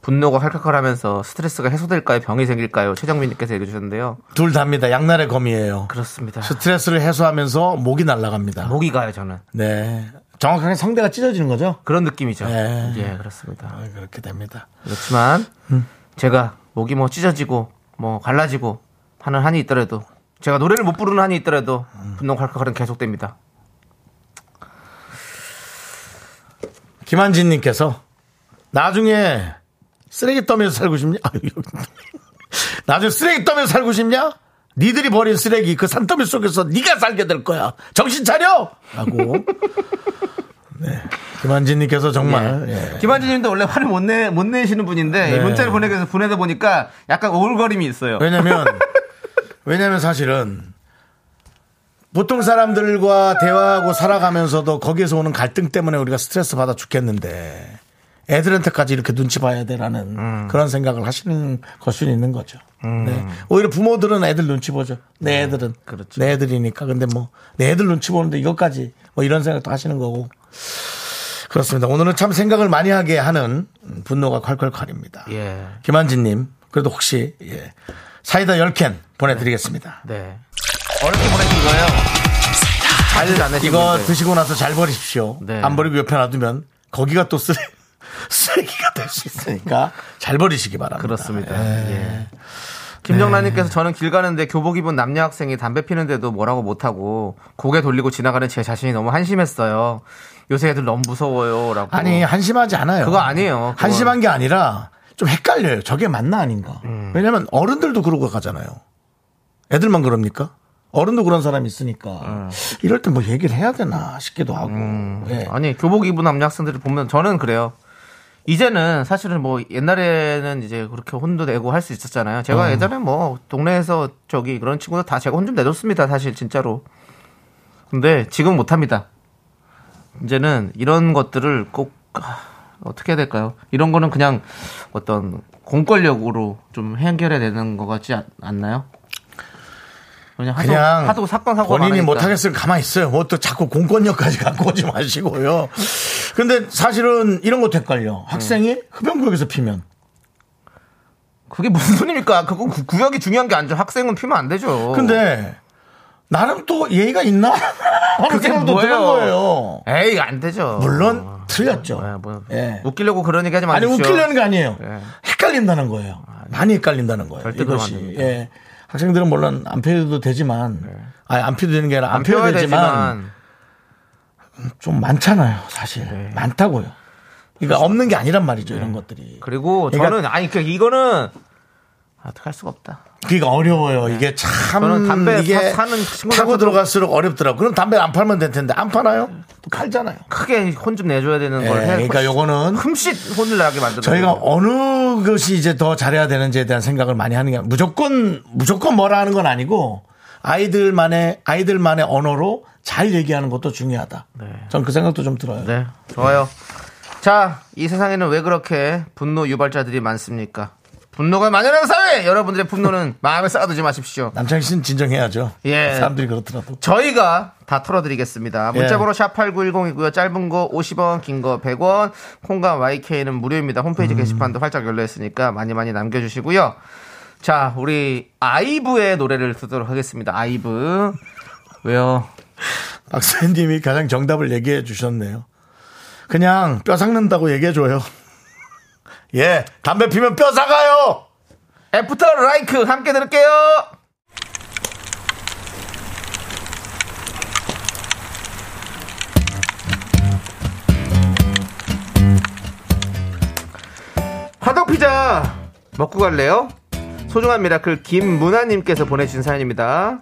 S2: 분노가 칼칼칼하면서 스트레스가 해소될까요? 병이 생길까요? 최정민님께서 얘기해주셨는데요.
S1: 둘 다입니다. 양날의 검이에요.
S2: 그렇습니다.
S1: 스트레스를 해소하면서 그렇죠. 목이 날아갑니다.
S2: 목이 가요, 저는.
S1: 네. 정확하게 성대가 찢어지는 거죠?
S2: 그런 느낌이죠.
S1: 예.
S2: 예, 그렇습니다.
S1: 아, 그렇게 됩니다.
S2: 그렇지만 제가 목이 뭐 찢어지고 뭐 갈라지고 하는 한이 있더라도 제가 노래를 못 부르는 한이 있더라도 분노 칼칼칼은 계속됩니다.
S1: 김한진님께서 나중에 쓰레기 더미에서 살고 싶냐? 아유, 여기. 나중에 쓰레기 더미에서 살고 싶냐? 니들이 버린 쓰레기 그 산더미 속에서 네가 살게 될 거야. 정신 차려! 라고. 네. 김한진님께서 정말 예.
S2: 김한진님도 원래 화를 못 내 못 내시는 분인데 이
S1: 네.
S2: 문자를 보내기 위해서 보내다 보니까 약간 오글거림이 있어요.
S1: 왜냐면 왜냐면 사실은 보통 사람들과 대화하고 살아가면서도 거기에서 오는 갈등 때문에 우리가 스트레스 받아 죽겠는데 애들한테까지 이렇게 눈치 봐야 되라는
S2: 음.
S1: 그런 생각을 하시는 걸 수는 있는 거죠. 네. 오히려 부모들은 애들 눈치 보죠. 내 애들은
S2: 그렇죠.
S1: 내 애들이니까 근데 뭐 내 애들 눈치 보는데 이것까지 뭐 이런 생각도 하시는 거고 그렇습니다. 오늘은 참 생각을 많이 하게 하는 분노가 콸콸콸입니다.
S2: 예.
S1: 김한진님, 그래도 혹시, 예. 사이다 10캔 보내드리겠습니다.
S2: 네. 어렵게 보내신 거예요. 잘안 내신
S1: 이거
S2: 분들.
S1: 드시고 나서 잘 버리십시오.
S2: 네.
S1: 안 버리고 옆에 놔두면 거기가 또 쓰레, 쓰레기가 될 수 있으니까 잘 버리시기 바랍니다.
S2: 그렇습니다. 예. 김정란님께서 저는 길 가는데 교복 입은 남녀 학생이 담배 피는데도 뭐라고 못하고 고개 돌리고 지나가는 제 자신이 너무 한심했어요. 요새 애들 너무 무서워요라고.
S1: 아니, 한심하지 않아요.
S2: 그거 아니에요. 음. 그건.
S1: 한심한 게 아니라 좀 헷갈려요. 저게 맞나 아닌가. 왜냐면 어른들도 그러고 가잖아요. 애들만 그럽니까? 어른도 그런 사람이 있으니까
S2: 음.
S1: 이럴 때 뭐 얘기를 해야 되나 싶기도 하고. 예.
S2: 아니 교복 입은 남녀 학생들을 보면 저는 그래요. 이제는 사실은 뭐 옛날에는 이제 그렇게 혼도 내고 할 수 있었잖아요.
S1: 어.
S2: 제가 예전에 뭐 동네에서 저기 그런 친구들 다 제가 혼 좀 내줬습니다. 사실 진짜로. 근데 지금 못합니다. 이제는 이런 것들을 꼭 아, 어떻게 해야 될까요? 이런 거는 그냥 어떤 공권력으로 좀 해결해야 되는 것 같지 않, 나요 그냥 하도,
S1: 그냥
S2: 하도 사건 사고
S1: 본인이 못하겠으면 가만히 있어요. 뭐 또 자꾸 공권력까지 갖고 오지 마시고요. 근데 사실은 이런 것도 헷갈려. 학생이
S2: 음.
S1: 흡연구역에서 피면
S2: 그게 무슨 소리입니까? 그건 구, 구역이 중요한 게 아니죠. 학생은 피면 안 되죠.
S1: 근데 나름 또 예의가 있나? 하는 생각도 드는 거예요.
S2: 에이 안 되죠.
S1: 물론 틀렸죠.
S2: 네, 뭐,
S1: 예.
S2: 웃기려고 그런 얘기 하지
S1: 아니
S2: 마십시오.
S1: 웃기려는 게 아니에요.
S2: 예. 아, 네.
S1: 헷갈린다는 거예요. 많이 헷갈린다는 거예요.
S2: 절대 그러면 안
S1: 이것이
S2: 됩니다. 네.
S1: 예. 학생들은 물론 안 펴도 되지만 아니 안 펴도 되는 게 아니라 안,
S2: 안
S1: 펴도
S2: 펴야
S1: 되지만
S2: 되지만
S1: 좀 많잖아요, 사실.
S2: 네.
S1: 많다고요. 그러니까 없는 게 아니란 말이죠, 이런 것들이.
S2: 그리고
S1: 그러니까-
S2: 저는 아니 그 이거는 어떻게 할 수가 없다.
S1: 그러니까 어려워요. 이게 참
S2: 네. 저는 담배
S1: 이게
S2: 사- 사는 친구들
S1: 타고
S2: 같아도-
S1: 들어갈수록 어렵더라고. 그럼 담배 안 팔면 될 텐데 안 팔아요? 또 팔잖아요.
S2: 크게 혼 좀 내줘야 되는
S1: 예,
S2: 걸 해.
S1: 그러니까 요거는
S2: 흠칫 혼을 나게 만드는
S1: 저희가
S2: 거죠.
S1: 어느 것이 이제 더 잘해야 되는지에 대한 생각을 많이 하는 게 아니라 무조건 무조건 뭐라 하는 건 아니고 아이들만의 아이들만의 언어로 잘 얘기하는 것도 중요하다. 전 그 생각도 좀 들어요.
S2: 네 좋아요. 자 이 세상에는 왜 그렇게 분노 유발자들이 많습니까? 분노가 만연한 사회 여러분들의 분노는 마음에 쌓아두지 마십시오.
S1: 남창희 씨는 진정해야죠.
S2: 예.
S1: 사람들이 그렇더라도.
S2: 저희가 다 털어드리겠습니다. 문자번호 샵8910이고요. 짧은 거 50원, 긴 거 100원, 콩과 YK는 무료입니다. 홈페이지 게시판도 활짝 열려있으니까 많이 많이 남겨주시고요. 자, 우리 아이브의 노래를 듣도록 하겠습니다. 아이브. 왜요?
S1: 박사님이 가장 정답을 얘기해 주셨네요. 그냥 뼈 삭는다고 얘기해 줘요. 예, 담배 피면 뼈 삭아요.
S2: 애프터 라이크 함께 들을게요. 화덕 피자 먹고 갈래요? 소중한 미라클 김문아님께서 보내주신 사연입니다.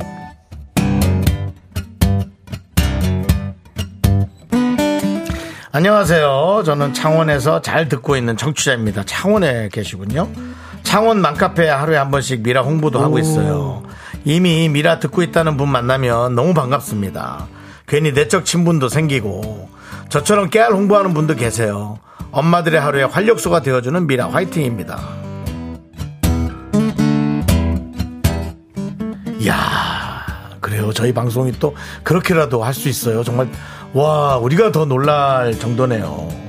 S1: 안녕하세요. 저는 창원에서 잘 듣고 있는 청취자입니다. 창원에 계시군요. 창원 맘카페에 하루에 한 번씩 미라 홍보도 하고 있어요. 이미 미라 듣고 있다는 분 만나면 너무 반갑습니다. 괜히 내적 친분도 생기고 저처럼 깨알 홍보하는 분도 계세요. 엄마들의 하루에 활력소가 되어주는 미라 화이팅입니다. 이야 그래요 저희 방송이 또 그렇게라도 할 수 있어요 정말 와 우리가 더 놀랄 정도네요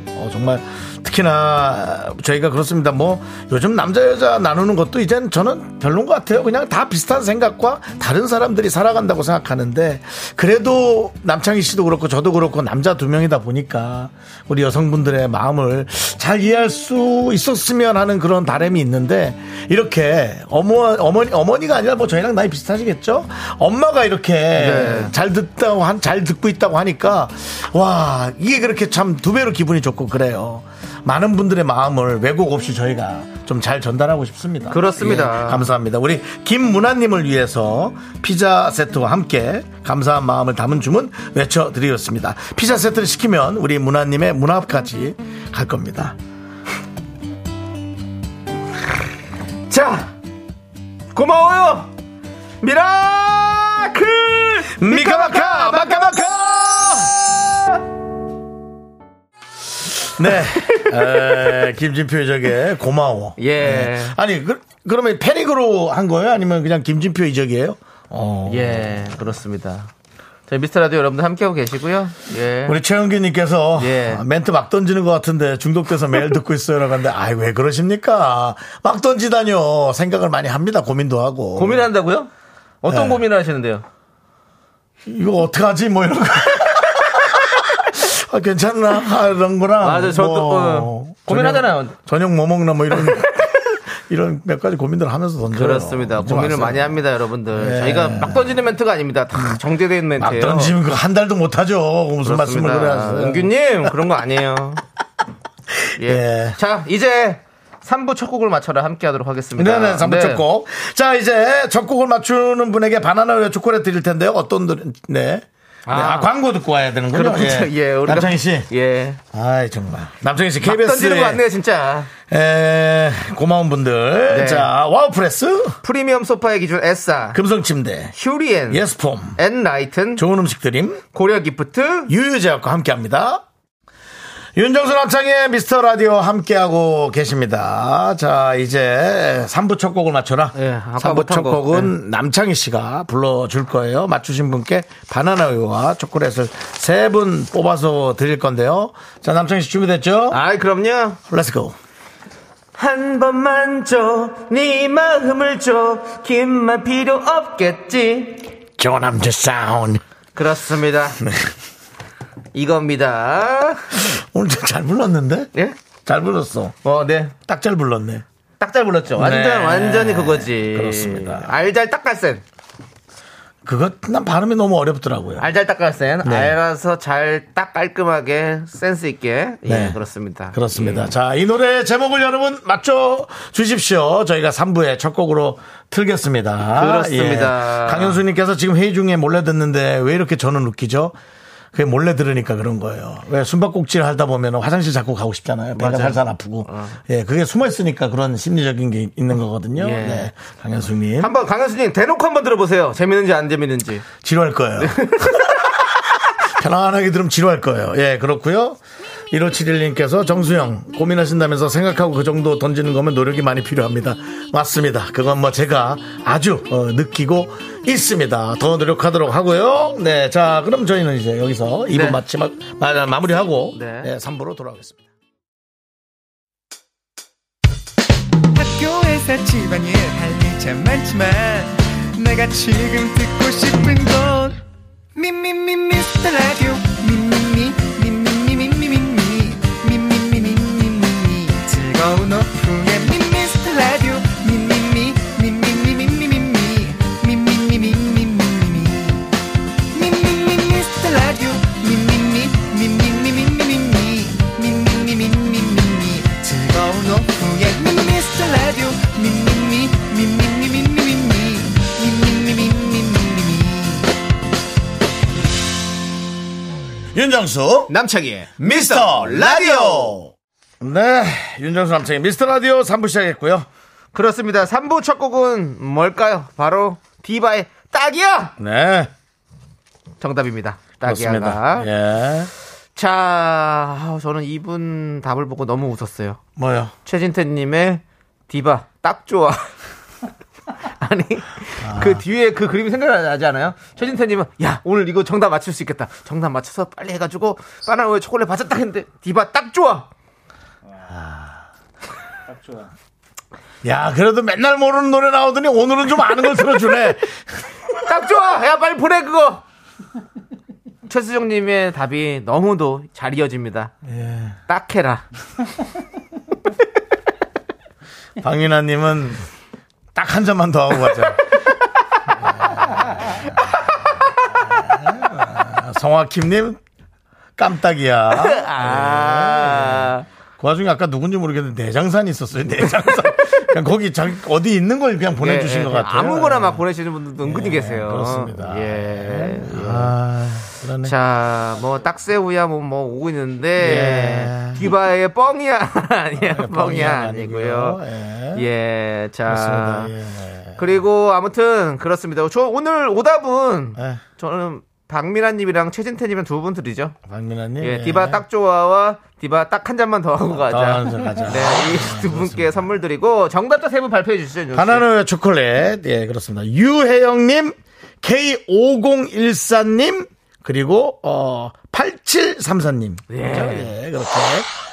S1: 어, 정말 특히나 저희가 그렇습니다 뭐 요즘 남자 여자 나누는 것도 이젠 저는 별론 것 같아요 그냥 다 비슷한 생각과 다른 사람들이 살아간다고 생각하는데 그래도 남창희 씨도 그렇고 저도 그렇고 남자 두 명이다 보니까 우리 여성분들의 마음을 잘 이해할 수 있었으면 하는 그런 바람이 있는데 이렇게 어머 어머니 어머니가 아니라 뭐 저희랑 나이 비슷하시겠죠? 엄마가 이렇게
S2: 네.
S1: 잘 듣다고 한 잘 듣고 있다고 하니까 와 이게 그렇게 참 두 배로 기분이 좋고 그래요. 많은 분들의 마음을 왜곡 없이 저희가 좀 잘 전달하고 싶습니다.
S2: 그렇습니다.
S1: 예, 감사합니다. 우리 김문아님을 위해서 피자 세트와 함께 감사한 마음을 담은 주문 외쳐드리겠습니다. 피자 세트를 시키면 우리 문아님의 문 앞까지 갈 겁니다.
S2: 자, 고마워요! 미라클!
S1: 미카마카 마카마카 네 에, 김진표 이적의 고마워
S2: 예.
S1: 아니 그, 그러면 패닉으로 한 거예요 아니면 그냥 김진표 이적이에요 어.
S2: 예, 그렇습니다. 저희 미스터 라디오 여러분들 함께하고 계시고요. 예.
S1: 우리 최영규님께서
S2: 예.
S1: 아, 멘트 막 던지는 것 같은데 중독돼서 매일 듣고 있어요라고 하는데 아이 왜 그러십니까 막 던지다뇨 생각을 많이 합니다 고민도 하고
S2: 고민한다고요? 어떤
S1: 네.
S2: 고민을 하시는데요?
S1: 이거 어떡하지 뭐 이런 거 아, 괜찮나 아, 이런 거랑
S2: 맞아요. 저도, 어, 고민하잖아요.
S1: 저녁 뭐 먹나 뭐 이런 이런 몇 가지 고민들 하면서 던져요
S2: 그렇습니다.
S1: 던지지
S2: 고민을
S1: 마세요.
S2: 많이 합니다, 여러분들.
S1: 예.
S2: 저희가 막 던지는 멘트가 아닙니다. 다 정제되어 있는
S1: 막
S2: 멘트예요.
S1: 던지면 그거 한 달도 못 하죠 무슨 말씀을 그래
S2: 그렇습니다.
S1: 하세요
S2: 은규님, 그런 거 아니에요. 예.
S1: 예.
S2: 자, 이제 3부 첫 곡을 맞춰라 함께 하도록 하겠습니다.
S1: 네네, 삼부
S2: 네.
S1: 첫 곡. 자, 이제 첫 곡을 맞추는 분에게 바나나우유 초콜릿 드릴 텐데요. 어떤, 분- 네. 네, 아,
S2: 아.
S1: 광고 듣고 와야 되는군요.
S2: 그렇군요. 예. 우리가-
S1: 남창희 씨.
S2: 예.
S1: 아이, 정말. 남창희 씨,
S2: 막 던지는 거
S1: KBS.
S2: 같네요, 진짜.
S1: 에, 고마운 분들.
S2: 네.
S1: 자, 와우프레스,
S2: 프리미엄 소파의 기준 S사,
S1: 그 금성침대,
S2: 휴리엔,
S1: 예스폼,
S2: 엔라이튼,
S1: 좋은 음식 드림,
S2: 고려 기프트,
S1: 유유제약과 함께 합니다. 윤정수 남창의 미스터 라디오 함께하고 계십니다. 자, 이제 3부 첫 곡을 맞춰라.
S2: 예, 아까
S1: 3부
S2: 못한
S1: 첫
S2: 곡. 네.
S1: 곡은 남창희 씨가 불러줄 거예요. 맞추신 분께 바나나 우유와 초콜릿을 세 분 뽑아서 드릴 건데요. 자, 남창희 씨 준비됐죠?
S2: 아이 그럼요.
S1: Let's go.
S2: 한 번만 줘, 네 마음을 줘, 긴 말 필요 없겠지.
S1: 조남주 사운드.
S2: 그렇습니다. 이겁니다.
S1: 오늘 진짜 잘 불렀는데?
S2: 예?
S1: 잘 불렀어.
S2: 어, 네.
S1: 딱 잘 불렀네.
S2: 딱 잘 불렀죠. 완전,
S1: 네.
S2: 완전히 그거지.
S1: 그렇습니다.
S2: 알잘 딱갈센.
S1: 그것 난 발음이 너무 어렵더라고요.
S2: 알잘 딱갈센.
S1: 네.
S2: 알아서 잘 딱 깔끔하게, 센스있게. 예,
S1: 네.
S2: 그렇습니다. 예.
S1: 그렇습니다. 자, 이 노래 제목을 여러분 맞춰 주십시오. 저희가 3부의 첫 곡으로 틀겠습니다. 예.
S2: 그렇습니다.
S1: 강현수 님께서 지금 회의 중에 몰래 듣는데 왜 이렇게 저는 웃기죠? 그게 몰래 들으니까 그런 거예요. 왜 숨바꼭질 하다 보면 화장실 자꾸 가고 싶잖아요. 배가 살살 아프고. 예, 그게 숨어 있으니까 그런 심리적인 게 있는 거거든요.
S2: 예.
S1: 네. 강현수 님.
S2: 한번 강현수님 대놓고 한번 들어보세요. 재밌는지 안 재밌는지.
S1: 지루할 거예요.
S2: 네.
S1: 편안하게 들으면 지루할 거예요. 예, 그렇고요. 1571님께서 정수영 고민하신다면서 생각하고 그 정도 던지는 거면 노력이 많이 필요합니다. 맞습니다. 그건 뭐 제가 아주 어, 느끼고 있습니다. 더 노력하도록 하고요. 네, 자 그럼 저희는 이제 여기서 2부
S2: 네.
S1: 마지막 마- 마무리하고
S2: 네.
S1: 네, 3부로 돌아오겠습니다.
S6: 학교에서 집안일 할 일 참 많지만 내가 지금 듣고 싶은 건 미미미 미스터 라디오 미미미 미미미미미미 미미미미미미 즐거운 오후에 미스터 라디오 미미미 미미미미미미 미미미미미미미 미미미 미스터 라디오 미미미 미미미미미미 미미미미미미 즐거운 오후에 미스터 라디오 미미미 미미미미미미 미미미미미미미
S1: 윤정수
S2: 남창희의
S1: 미스터 라디오. 네, 윤정수 남창의 미스터 라디오 3부 시작했고요.
S2: 그렇습니다. 3부 첫 곡은 뭘까요? 바로 디바의 딱이야!
S1: 네,
S2: 정답입니다.
S1: 그렇습니다.
S2: 딱이야가.
S1: 예,
S2: 자, 아우, 저는 이분 답을 보고 너무 웃었어요.
S1: 뭐요?
S2: 최진태님의 디바 딱 좋아. 아니 그 뒤에 그 그림이 생각나지 않아요? 최진태님은 야 오늘 이거 정답 맞출 수 있겠다. 정답 맞춰서 빨리 해가지고 바나우에 초콜릿 받았다 했는데 디바 딱 좋아.
S1: 야, 그래도 맨날 모르는 노래 나오더니 오늘은 좀 아는 걸 틀어주네.
S2: 딱 좋아. 야 빨리 보내 그거. 최수정님의 답이 너무도 잘 이어집니다.
S1: 예.
S2: 딱 해라.
S1: 박민아님은 딱 한 잔만 더 하고 가자. 아, 성화킴님, 깜딱이야.
S2: 아
S1: 그 와중에 아까 누군지 모르겠는데 내장산이 있었어요, 내장산. 그냥 거기 자기 어디 있는 걸 그냥 보내주신
S2: 예,
S1: 것
S2: 예.
S1: 같아요. 예,
S2: 아무거나 막 보내시는 분들도 은근히 계세요.
S1: 그렇습니다.
S2: 예.
S1: 아, 그러네.
S2: 자, 뭐 딱새우야 뭐, 뭐 오고 있는데
S1: 예. 네,
S2: 디바의 뻥이야 아니야
S1: 뻥이
S2: 뻥이야 아니고요.
S1: 예.
S2: 예, 자
S1: 그렇습니다. 예.
S2: 그리고 아무튼 그렇습니다. 저 오늘 오답은
S1: 예.
S2: 저는 박미란님이랑 최진태님이랑 두 분 들이죠.
S1: 박민아님.
S2: 예, 디바 딱 좋아와 디바 딱 한 잔만 더 하고
S1: 더
S2: 가자.
S1: 한 잔 아, 가자. 아,
S2: 네, 이 두 분께 선물 드리고 정답자 세 분 발표해 주시죠. 윤호 씨.
S1: 바나나 초콜릿. 예, 그렇습니다. 유혜영님, K5014님, 그리고, 어, 8734님.
S2: 예.
S1: 그렇죠? 예, 그렇게.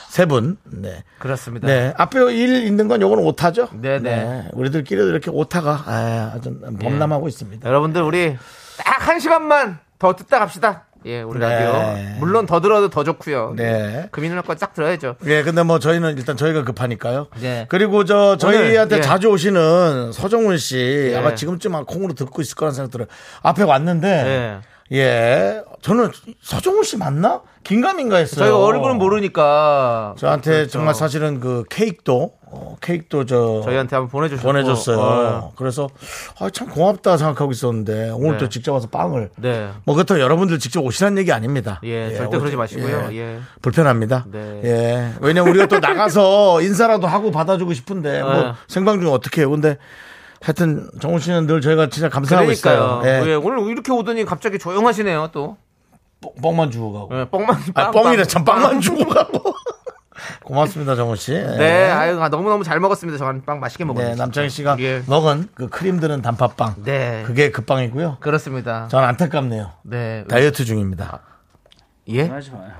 S1: 세 분. 네.
S2: 그렇습니다.
S1: 네. 앞에 일 있는 건 요건 오타죠?
S2: 네네.
S1: 우리들끼리도 이렇게 오타가, 아, 아주 범람하고 있습니다.
S2: 여러분들 우리 딱 한 시간만 더 듣다 갑시다. 예, 우리
S1: 네.
S2: 라디오. 물론 더 들어도 더 좋고요.
S1: 네.
S2: 금이 누나 거쫙 들어야죠.
S1: 예, 근데 뭐 저희는 일단 저희가 급하니까요.
S2: 네.
S1: 그리고 저 저희한테
S2: 예.
S1: 자주 오시는 서정훈 씨 아마 지금쯤 한 콩으로 듣고 있을 거라는 생각 들어요. 앞에 왔는데 예. 저는 서정훈 씨 맞나? 긴가민가 했어요.
S2: 저희가 얼굴은 모르니까
S1: 저한테
S2: 그렇죠.
S1: 정말 사실은 그 케이크도 어, 케이크도 저
S2: 저희한테 한번 보내주셨고
S1: 보내줬어요.
S2: 어.
S1: 그래서 아, 참 고맙다 생각하고 있었는데 오늘
S2: 네.
S1: 또 직접 와서 빵을
S2: 네.
S1: 뭐 그렇다고 여러분들 직접 오시라는 얘기 아닙니다.
S2: 예, 절대
S1: 어,
S2: 그러지 마시고요. 예.
S1: 불편합니다.
S2: 네.
S1: 예. 왜냐면 우리가 또 나가서 인사라도 하고 받아주고 싶은데
S2: 네.
S1: 뭐 생방 중에 어떻게 해요. 근데 하여튼 정훈 씨는 늘 저희가 진짜 감사하고
S2: 그러니까요.
S1: 있어요. 예.
S2: 예, 오늘 이렇게 오더니 갑자기 조용하시네요. 또
S1: 뽕- 뻥만 주고 가고.
S2: 예, 뻥만
S1: 아,
S2: 빵,
S1: 뻥이래.
S2: 빵,
S1: 참, 빵만
S2: 빵.
S1: 주고 가고. 고맙습니다, 정우 씨. 예.
S2: 네, 아유 아, 너무 너무 잘 먹었습니다. 저는 빵 맛있게 먹었어요.
S1: 네, 남창희 씨가
S2: 예.
S1: 먹은 그 크림들은 단팥빵.
S2: 네.
S1: 그게 그 빵이고요.
S2: 그렇습니다.
S1: 전 안타깝네요.
S2: 네.
S1: 다이어트 중입니다.
S2: 예.
S4: 하지 마요.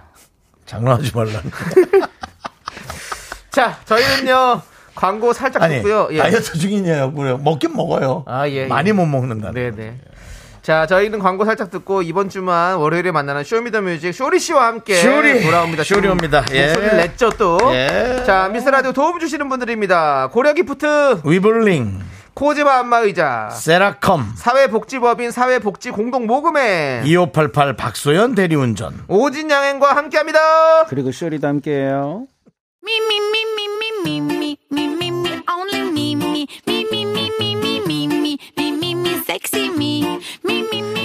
S1: 장난하지 말라.
S2: 자, 저희는요. 광고 살짝
S1: 아니,
S2: 듣고요. 예.
S1: 다이어트 중이냐고요. 먹긴 먹어요.
S2: 아, 예, 예.
S1: 많이 못 먹는다.
S2: 네, 네. 자, 저희는 광고 살짝 듣고 이번 주만 월요일에 만나는 쇼미더뮤직 쇼리 씨와 함께
S1: 쇼리.
S2: 돌아옵니다.
S1: 쇼리
S2: 지금
S1: 옵니다. 예.
S2: 목소리를 냈죠 또.
S1: 예.
S2: 자, 미스 라디오 도움 주시는 분들입니다. 고려기프트,
S1: 위블링,
S2: 코지마 안마의자,
S1: 세라컴,
S2: 사회복지법인 사회복지 공동모금회,
S1: 2588 박소연 대리운전.
S2: 오진 양행과 함께합니다.
S4: 그리고 쇼리도 함께해요.
S5: Me, me, me, me, me, me, me, me, me, me, only me, me, me, me, me, me, me, me, me, me, me, me, sexy me, me, me, me.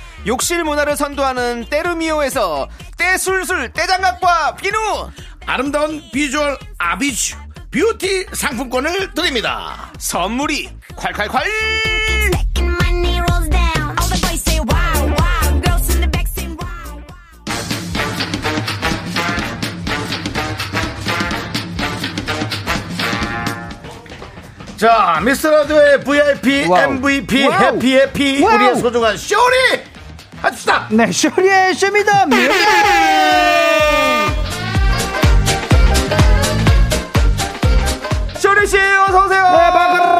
S2: 욕실 문화를 선도하는 때르미오에서 때술술 때장갑과 비누
S1: 아름다운 비주얼 아비쥬 뷰티 상품권을 드립니다.
S2: 선물이 콸콸콸
S5: Second money rolls down. All the boys say wow, wow. Girls in the back say wow, wow.
S1: 자, 미스터라디오의 VIP,
S4: 와우.
S1: MVP,
S4: 와우.
S1: 해피, 해피,
S4: 와우.
S1: 우리의 소중한 쇼리! 합시다!
S4: 네, 쇼리의 쇼미더 뮤직. 네,
S2: 쇼리씨 어서오세요
S1: 네,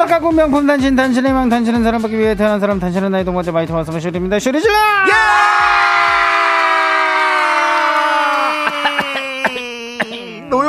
S4: 가고 명품 단신, 단신의 망, 단신은 사랑받기 위해 태어난 사람, 단신은 나의 동반자 마이트 마스터 쇼리입니다. 쇼리 질러!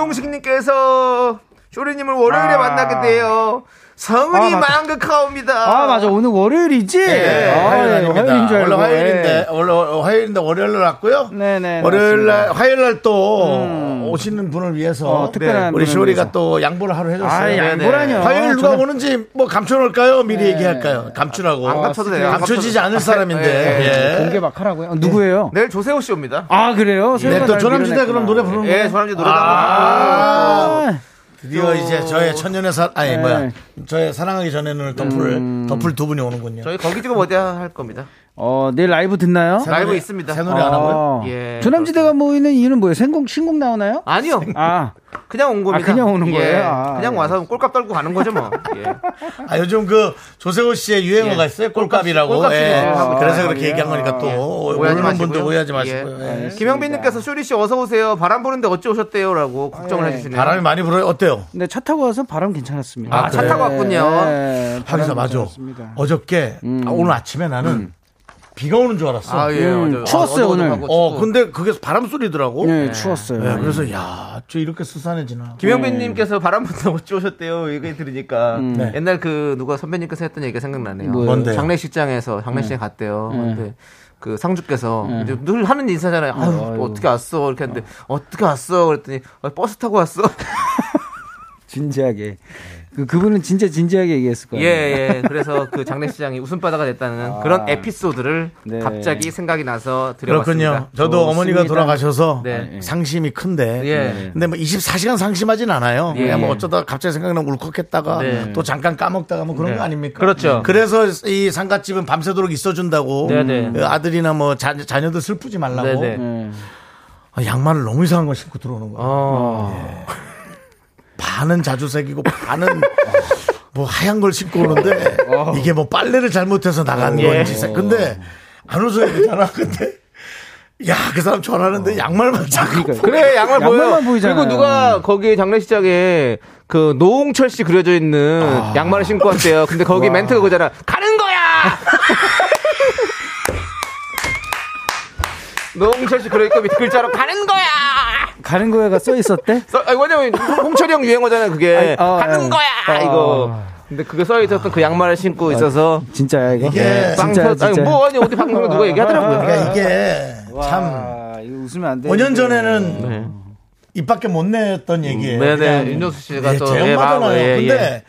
S2: 노용식님께서 쇼리님을 월요일에
S4: 아.
S2: 만나게 돼요 성은이
S4: 아, 맞다.
S2: 망극하옵니다
S4: 아, 맞아. 오늘 월요일인지?
S1: 예,
S4: 아,
S1: 화요일
S4: 예,
S1: 아닙니다.
S4: 화요일인 줄
S1: 원래
S4: 알고. 예.
S1: 화요일인데, 원래 화요일인데 월요일날 왔고요.
S4: 네네,
S1: 월요일날,
S4: 맞습니다. 음.
S1: 화요일날 또 오시는 분을 위해서
S4: 어, 특별한
S1: 우리
S4: 분을
S1: 쇼리가
S4: 위해서.
S1: 또 양보를 하루 해줬어요. 네,
S4: 아, 양보라뇨.
S1: 화요일 누가
S4: 저는- 네.
S1: 오는지 뭐 감춰놓을까요? 미리 얘기할까요? 감추라고.
S2: 안 감춰도 돼요. 안 감춰도
S1: 감춰지지 않을
S4: 예.
S1: 사람인데. 예.
S4: 공개 막 하라고요? 어, 누구예요?
S2: 내일 조세호씨 옵니다
S4: 아, 그래요?
S1: 네, 또 조남지대 그럼 노래 부르는 거예요?
S2: 예 저랑이 노래
S1: 아.
S2: 다
S1: 드디어 이제 저의 천년의 사 아니
S4: 네. 음.
S1: 뭐야 저의 사랑하기 전에 눈을 덮을 덮을 두 분이 오는군요.
S2: 저희 거기 지금 어디야 할 겁니다
S4: 어, 내일 라이브 듣나요?
S1: 새
S2: 라이브
S1: 노래-
S2: 있습니다.
S1: 새 노래 안 하고요.
S4: 아,
S2: 예,
S4: 조남지대가 모이는 이유는 뭐예요? 생공, 신곡 나오나요?
S2: 아니요
S4: 아,
S2: 그냥 온 겁니다
S4: 그냥 오는
S2: 예,
S4: 거예요? 아,
S2: 그냥
S4: 예.
S2: 와서 꼴값 떨고 가는 거죠 뭐 예.
S1: 아 요즘 그 조세호 씨의 유행어가
S2: 예.
S1: 있어요. 꼴값이라고.
S2: 꼴값이-
S1: 예.
S2: 꼴값이
S1: 그래서
S4: 하고
S1: 그렇게
S4: 있어요.
S1: 얘기한 거니까 또
S4: 아, 예.
S2: 오해하지
S1: 모르는
S2: 마시고요.
S1: 분들 오해하지
S2: 예.
S1: 마시고요. 예.
S2: 김영빈님께서 쇼리 씨 어서 오세요. 바람 부는데 어찌 오셨대요라고 걱정을
S4: 아, 예.
S2: 해주시네요.
S1: 바람이 많이 불어요. 어때요?
S4: 근데 차 타고 와서 바람 괜찮았습니다.
S1: 아, 차 그래요? 타고
S2: 왔군요.
S4: 네,
S1: 하면서
S4: 바람
S1: 맞아.
S4: 괜찮았습니다.
S1: 어저께 아, 오늘 아침에 나는 비가 오는 줄 알았어.
S2: 아 예,
S4: 음,
S2: 맞아요.
S4: 추웠어요,
S2: 어두워도
S4: 오늘.
S2: 가고
S1: 어
S2: 춥고.
S1: 근데 그게 바람 소리더라고.
S4: 네, 추웠어요. 네.
S1: 예, 그래서 야 저 이렇게 수산해지나.
S2: 김영빈님께서 바람 부는데 어찌 오셨대요. 얘기 들으니까
S1: 네.
S2: 옛날 그 누가 선배님께서 했던 얘기가 생각나네요.
S4: 음. 뭐예요? 네.
S1: 뭔데요?
S2: 장례식장에서 장례식에 갔대요. 근데 그 상주께서 이제 늘 하는 인사잖아요. 아유,
S4: 아이고.
S2: 어떻게 왔어? 이렇게 했는데 어떻게 왔어? 그랬더니 아, 버스 타고 왔어.
S4: 진지하게. 그, 그분은 진짜 진지하게 얘기했을 거예요. 아.
S2: 예, 예. 그래서 그 장례식장이 웃음바다가 됐다는 그런 에피소드를
S4: 네.
S2: 갑자기 생각이 나서 드려봤습니다.
S1: 그렇군요. 저도 어머니가
S4: 좋습니다.
S1: 돌아가셔서
S2: 네.
S1: 상심이 큰데.
S2: 예.
S1: 근데 뭐 24시간 상심하진 않아요.
S2: 예.
S1: 그냥 뭐 어쩌다 갑자기 생각나면 울컥했다가
S2: 네.
S1: 또 잠깐 까먹다가 뭐 그런
S2: 네.
S1: 거 아닙니까?
S2: 그렇죠.
S1: 그래서 이 상갓집은 밤새도록 있어준다고
S2: 네, 네.
S1: 그 아들이나 뭐 자, 녀들 슬프지 말라고
S2: 네, 네.
S4: 예.
S1: 아, 양말을 너무 이상한 걸 신고 들어오는 거야.
S2: 어.
S1: 반은 자주색이고 반은 뭐 하얀 걸 신고 오는데
S2: 아.
S1: 이게 뭐 빨래를 잘못해서 나간
S2: 예.
S1: 건지 생- 근데 안 웃어야 되잖아 근데 야 그 사람 전화하는데 양말만 자꾸
S4: 그러니까요.
S2: 어. 아, 그래 양말 보여.
S4: 양말만 보이잖아요.
S2: 그리고 누가 거기 장례식장에 그 노홍철 씨 그려져 있는
S4: 아.
S2: 양말을 신고 왔대요. 근데 거기 멘트가 그잖아. 가는 거야. 노홍철 씨 그려있고 밑 글자로 가는 거야.
S4: 가는 거에가 써 있었대?
S2: 써- 아니, 왜냐면 홍철이 형 유행어잖아요. 그게
S4: 아니, 어,
S2: 가는
S4: 예.
S2: 거야
S4: 어.
S2: 이거. 근데 그게 써 있었던 그 양말을 신고 있어서
S4: 진짜야, 이거? 네,
S1: 이게
S2: 빵
S4: 진짜야,
S2: 터- 아니
S4: 진짜야.
S2: 뭐 아니 어디 방송에
S1: 아,
S2: 누가 얘기하더라고요.
S1: 그러니까 이게 참
S2: 네.
S4: 와, 이거 웃으면 안 돼.
S1: 5년 전에는 입 밖에 못 냈던 얘기예요.
S2: 음, 네네,
S1: 그냥
S2: 윤정수 씨가
S1: 예,
S2: 또, 예,
S1: 제엄마잖아요.
S2: 마음을, 예, 음. 네.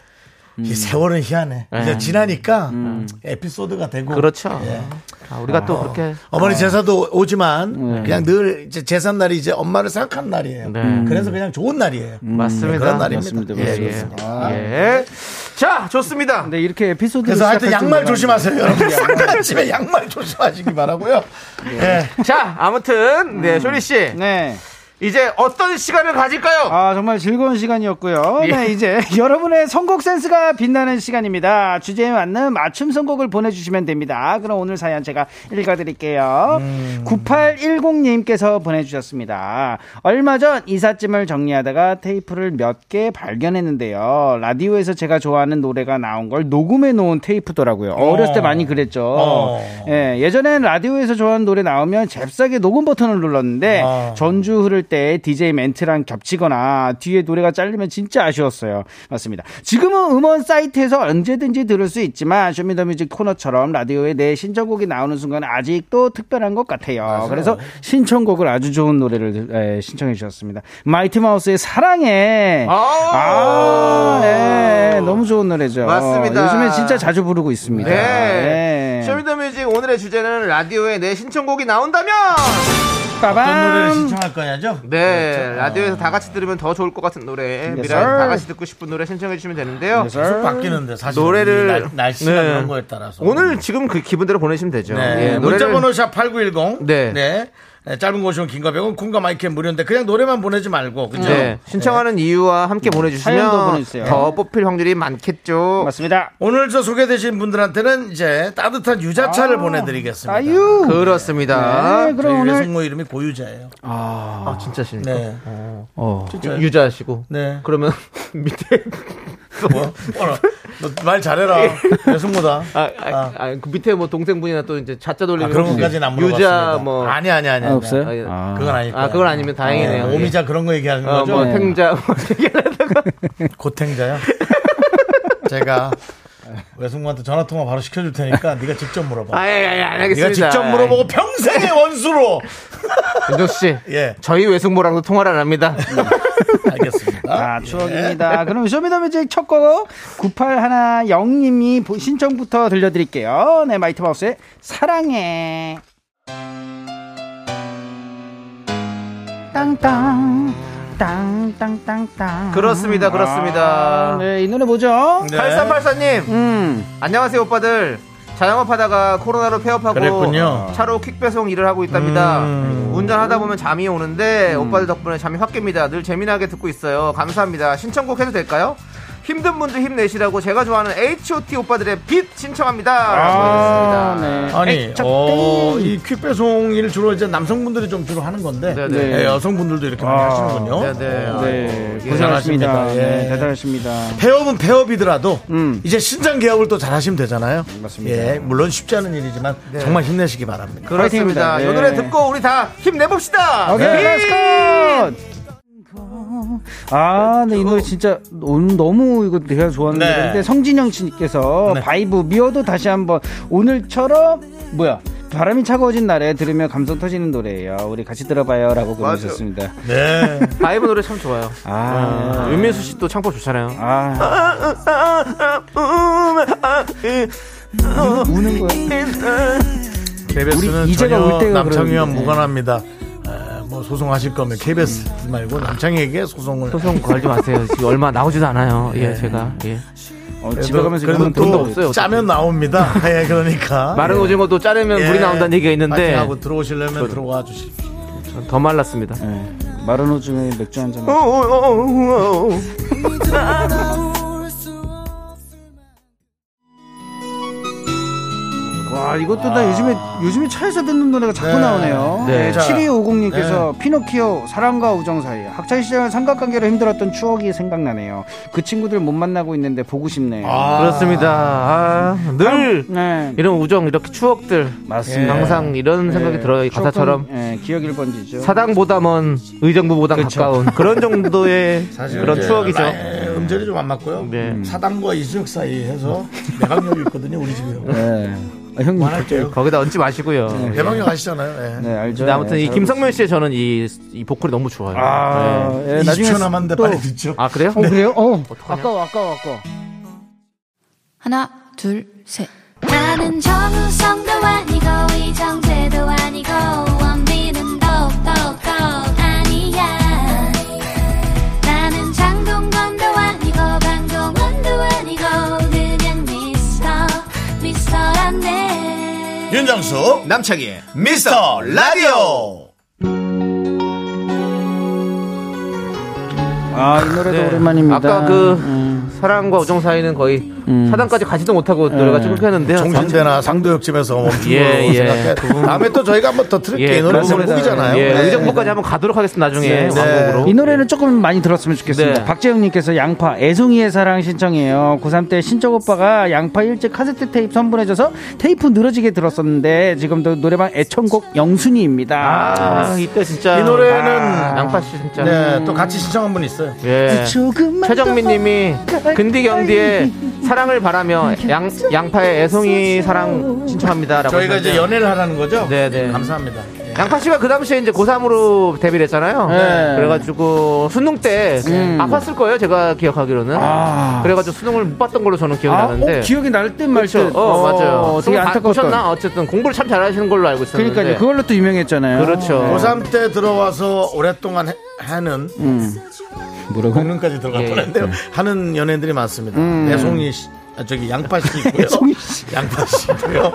S1: 근데 이 세월은 희한해. 이제 지나니까 에피소드가 되고
S2: 그렇죠.
S1: 예.
S2: 아, 우리가 또 그렇게
S1: 어머니 제사도 오지만 그냥 늘 이제 제삿 날이 이제 엄마를 생각하는 날이에요.
S2: 네. 음,
S1: 그래서 그냥 좋은 날이에요.
S2: 맞습니다.
S1: 그런 날입니다.
S4: 맞습니다.
S2: 예, 예. 예. 자, 좋습니다.
S4: 근데 네, 이렇게 에피소드
S1: 그래서 하여튼 양말 조심하세요, 여러분. 상가집에 양말 조심하시기 바라고요.
S2: 네.
S1: 예.
S2: 자, 아무튼 네, 쇼리 씨.
S4: 네.
S2: 이제 어떤 시간을 가질까요?
S4: 아, 정말 즐거운 시간이었고요.
S2: 예.
S4: 네, 이제 여러분의 선곡 센스가 빛나는 시간입니다. 주제에 맞는 맞춤 선곡을 보내주시면 됩니다. 그럼 오늘 사연 제가 읽어드릴게요. 9810님께서 보내주셨습니다. 얼마 전 이삿짐을 정리하다가 테이프를 몇 개 발견했는데요. 라디오에서 제가 좋아하는 노래가 나온 걸 녹음해 놓은 테이프더라고요. 어렸을 때 많이 그랬죠.
S1: 어.
S4: 예, 예전엔 라디오에서 좋아하는 노래 나오면 잽싸게 녹음 버튼을 눌렀는데
S1: 아.
S4: 전주 흐를 때 DJ 멘트랑 겹치거나 뒤에 노래가 잘리면 진짜 아쉬웠어요. 맞습니다. 지금은 음원 사이트에서 언제든지 들을 수 있지만 쇼미더뮤직 코너처럼 라디오에 내 신청곡이 나오는 순간 아직도 특별한 것 같아요. 그래서 신청곡을 아주 좋은 노래를 예, 신청해 주셨습니다. 마이티 마우스의 사랑해. 아,
S2: 네.
S4: 예, 너무 좋은 노래죠.
S2: 맞습니다.
S4: 요즘에 진짜 자주 부르고 있습니다.
S2: 네.
S4: 예.
S2: 쇼미더뮤직 오늘의 주제는 라디오에 내 신청곡이 나온다면
S4: 빠밤.
S1: 어떤 노래를 신청할 거냐죠?
S2: 아. 네 라디오에서 다 같이 들으면 더 좋을 것 같은 노래 미라
S4: sir.
S2: 다 같이 듣고 싶은 노래 신청해 주시면 되는데요
S4: 네.
S1: 계속 바뀌는데 사실
S2: 노래를-
S1: 날, 씨나
S2: 네.
S1: 이런 거에 따라서
S2: 오늘 지금 그 기분대로 보내시면 되죠
S1: 네.
S2: 예, 노래를-
S1: 문자번호 샵 8910.
S2: 네.
S1: 네. 네, 짧은 거 오시면 긴거 100원, 콩과 마이크 무료인데 그냥 노래만 보내지 말고 그죠?
S2: 네, 신청하는 이유와 함께
S4: 사연도
S2: 보내주시면
S4: 보내주세요.
S2: 더 뽑힐 확률이 많겠죠
S4: 맞습니다.
S1: 오늘 저 소개되신 분들한테는 이제 따뜻한
S2: 아,
S1: 유자차를 보내드리겠습니다.
S4: 아유.
S2: 그, 그렇습니다
S4: 네, 그럼
S1: 저희
S4: 오늘
S1: 외숙모 이름이 고유자예요.
S2: 아 진짜 싫네
S1: 네.
S4: 어.
S1: 진짜요?
S2: 어. 유자하시고
S1: 네.
S2: 그러면 밑에
S1: 뭐, 뭐라. 너말 잘해라. 네, 외숙모다.
S2: 예. 아, 아, 아, 그 밑에 뭐 동생분이나 또 이제 자자
S1: 아,
S2: 돌리고
S1: 그런 것까지는 안 물어봤습니다.
S2: 유자 뭐
S1: 아니 아니 아니. 아니.
S4: 없어요?
S2: 아니, 예.
S4: 아.
S1: 그건 아니고.
S2: 아, 그건 아니면 다행이네요. 예.
S1: 오미자 그런 거 얘기하는
S2: 어,
S1: 거죠? 네.
S2: 뭐
S4: 예.
S2: 탱자 뭐 얘기하다가
S1: 고탱자요. 제가 외숙모한테 전화 통화 바로 시켜줄 테니까 네가 직접 물어봐.
S2: 아예 아예 안
S1: 네가
S2: 하겠습니다. 예.
S1: 직접 물어보고 평생의 원수로.
S2: 윤정 씨.
S1: 예.
S2: 저희 외숙모랑도 통화를 안 합니다.
S1: 알겠습니다.
S4: 아,
S2: 예.
S4: 추억입니다. 그럼 쇼미더뮤직 첫 곡, 9810님이 신청부터 들려드릴게요. 네, 마이트마우스의 사랑해. 땅땅, 땅땅땅땅.
S2: 그렇습니다. 그렇습니다.
S4: 아, 네, 이 노래 뭐죠?
S1: 네.
S2: 8384님.
S4: 음,
S2: 안녕하세요, 오빠들. 자영업하다가 코로나로 폐업하고
S1: 그랬군요.
S2: 차로 퀵배송 일을 하고 있답니다.
S4: 음.
S2: 운전하다 보면 잠이 오는데 오빠들 덕분에 잠이 확 깹니다. 늘 재미나게 듣고 있어요. 감사합니다. 신청곡 해도 될까요? 힘든 분들 힘내시라고 제가 좋아하는 H.O.T 오빠들의 빛 신청합니다.
S4: 아,
S2: 라고
S4: 네.
S2: 했습니다.
S1: 아니, 어, 이 퀵배송 일 주로 이제 남성분들이 좀 주로 하는 건데
S2: 네, 네.
S1: 예, 여성분들도 이렇게
S4: 아,
S1: 많이 하시는군요.
S2: 네네.
S4: 어? 네,
S2: 예.
S4: 고생하십니다.
S1: 대단하십니다.
S4: 네,
S1: 예.
S4: 대단하십니다.
S1: 폐업은 폐업이더라도
S4: 음.
S1: 이제 신장 개혁을 또 잘하시면 되잖아요.
S4: 맞습니다.
S1: 예, 물론 쉽지 않은 일이지만
S2: 네.
S1: 정말 힘내시기 바랍니다.
S2: 그렇습니다.
S4: 파이팅입니다.
S2: 이
S4: 네.
S2: 노래 듣고 우리 다 힘내봅시다.
S4: 오케이,
S2: 네.
S4: 렛츠고! 아, 네, 이 노래 진짜 오늘 너무 이거 내가 좋아하는
S1: 네.
S4: 노래인데 성진영 씨께서
S1: 네.
S4: 바이브 미워도 다시 한번 오늘처럼 뭐야 바람이 차가워진 날에 들으면 감성 터지는 노래예요. 우리 같이 들어봐요라고 보내주셨습니다.
S1: 네.
S2: 바이브 노래 참 좋아요.
S4: 아,
S2: 윤민수 씨 또 창법 좋잖아요.
S4: 아, 우는 거야.
S1: KBS는
S4: 우리 이제가 올
S1: 전혀
S4: 때가
S1: 남창희와
S4: 그러는데.
S1: 무관합니다. 에, 뭐 소송하실 거면 KBS
S4: 음.
S1: 음. 말고 남창희에게 소송을
S2: 소송 걸지 마세요. 지금 얼마 나오지도 않아요. 예, 제가. 예.
S4: 어, 집에 가면서
S1: 그래도
S4: 이거는 돈도
S1: 또
S4: 없어요.
S2: 없어요, 어차피.
S1: 짜면 나옵니다. 예, 그러니까
S2: 마른 오징어도 자르면
S1: 예.
S2: 물이 나온다는 얘기가 있는데
S1: 파이팅하고 들어오시려면 들어와 주십시오.
S2: 더 말랐습니다.
S4: 네. 마른 오줌에 맥주 한
S1: 어,
S4: 잔. 와 이것도 나 요즘에 요즘에 차에서 듣는 노래가 자꾸
S1: 네.
S4: 나오네요.
S2: 아. 네.
S4: 네. 7250님께서 피노키오 사랑과 우정 사이 학창 시절 삼각관계로 힘들었던 추억이 생각나네요. 그 친구들 못 만나고 있는데 보고 싶네요.
S2: 그렇습니다. 아, 늘
S4: 네
S2: 아. 이런 우정, 이렇게 추억들.
S4: 맞습니다.
S2: 항상 이런 생각이
S4: 네,
S2: 들어요.
S4: 추억은,
S2: 가사처럼.
S4: 네, 기억 1번지죠.
S2: 사당보다 먼 의정부보다 가까운 그런 정도의 그런
S1: 이제 아, 예.
S2: 추억이죠.
S1: 라인 네. 음절이 네, 좀 안 맞고요.
S2: 네.
S1: 사당과 이수역 사이에서 내강역이 있거든요, 우리 집이요.
S4: 네. 아, 형님.
S1: 할게요.
S2: 거기다 얹지 마시고요.
S1: 네, 대방역 아시잖아요. 예.
S4: 네, 알죠.
S2: 근데 아무튼
S4: 네,
S2: 이
S4: 잘
S2: 김성면 씨의 저는 이, 이 보컬이 너무 좋아요.
S4: 아,
S2: 네.
S4: 예,
S1: 20초
S4: 나중에
S1: 남았는데
S4: 또-
S1: 빨리 듣죠.
S2: 아 그래요?
S4: 어,
S1: 네,
S4: 그래요? 어,
S2: 어떡하냐?
S4: 아까워, 아까워, 아까워.
S5: 하나, 둘, 셋. 나는 정우성도 아니고, 이정재도 아니고, 원빈은 더욱더 아니야. 나는 장동건도 아니고, 강동원도 아니고, 그냥 미스터, 미스터란데.
S1: 예. 윤정수 남창희 미스터 라디오
S4: 아, 이 노래도
S2: 네.
S4: 오랜만입니다.
S2: 아까 그
S4: 음.
S2: 사랑과 우정 사이는 거의 사단까지 가지도 못하고
S4: 네.
S2: 노래가 쭉 끊겼는데요.
S1: 정신대나 상도역집에서 멈춘
S2: 예,
S1: 예,
S2: 예.
S1: 생각해 다음에 또 저희가 한번 더
S2: 예,
S1: 들을게요 이 노래
S2: 그런
S1: 무슨
S2: 노래다.
S1: 곡이잖아요
S2: 예,
S1: 네.
S2: 의정부까지 한번 가도록 하겠습니다. 나중에 아, 뭐, 왕곡으로.
S4: 이 노래는 조금 많이 들었으면 좋겠습니다.
S2: 네.
S4: 박재영님께서 양파 애송이의 사랑 신청해요. 고3 때 신적 오빠가 양파 일제 카세트 테이프 선물해줘서 테이프 늘어지게 들었었는데 지금도 노래방 애청곡 영순이입니다. 아.
S2: 아, 이때 진짜
S1: 이 노래는
S2: 아, 양파 씨 진짜.
S1: 네, 또 같이 신청한 분 있어요
S2: 예.
S4: 조금만
S2: 최정민
S4: 더
S2: 님이 근디 경디의 사랑을 바라며 양, 양파의 애송이 사랑 신청합니다. 라고
S1: 저희가 이제 연애를 하라는 거죠
S2: 네, 네.
S1: 감사합니다 예.
S2: 양파 씨가 그 당시에 이제 고3으로 데뷔를 했잖아요.
S4: 네.
S2: 그래가지고 수능 때
S1: 음.
S2: 아팠을 거예요. 제가 기억하기로는.
S1: 아.
S2: 그래가지고 수능을 못 봤던 걸로 저는 기억이
S4: 아,
S2: 나는데.
S4: 어, 기억이 날 듯 말
S2: 그렇죠.
S4: 듯.
S2: 어, 맞아요.
S4: 되게
S2: 수능 다 보셨나?
S4: 안타까웠던.
S2: 어쨌든 공부를 참 잘하시는 걸로 알고 있었는데.
S4: 그러니까요. 그걸로 또 유명했잖아요.
S2: 그렇죠.
S1: 고3 때 들어와서 오랫동안 해- 하는
S4: 뭐라고?
S1: 공릉까지 들어갈
S2: 예,
S1: 뻔했는데요 하는 연예인들이 많습니다 배송이 씨 아, 저기 양파 씨 있고요
S4: 배송이 씨.
S1: 양파 씨 있고요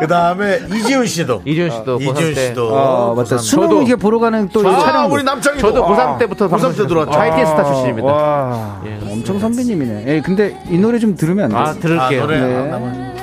S1: 그 다음에 이지훈 씨도
S2: 이지훈 씨도 고3
S1: 이지훈
S2: 때.
S1: 씨도
S2: 어,
S4: 아, 맞다.
S1: 고삼 때.
S4: 수능 이게 보러 가는 또
S1: 아,
S4: 촬영.
S1: 우리 남창이
S2: 저도 고3 때부터
S1: 고3 때 들어왔죠. 아,
S2: IT 스타 출신입니다.
S4: 와,
S2: 예, 그렇습니다.
S4: 엄청 선배님이네. 예, 근데 이 노래 좀 들으면 안 돼요?
S2: 아,
S1: 아,
S2: 들을게요.
S1: 노래
S4: 네.
S1: 아, 나와요.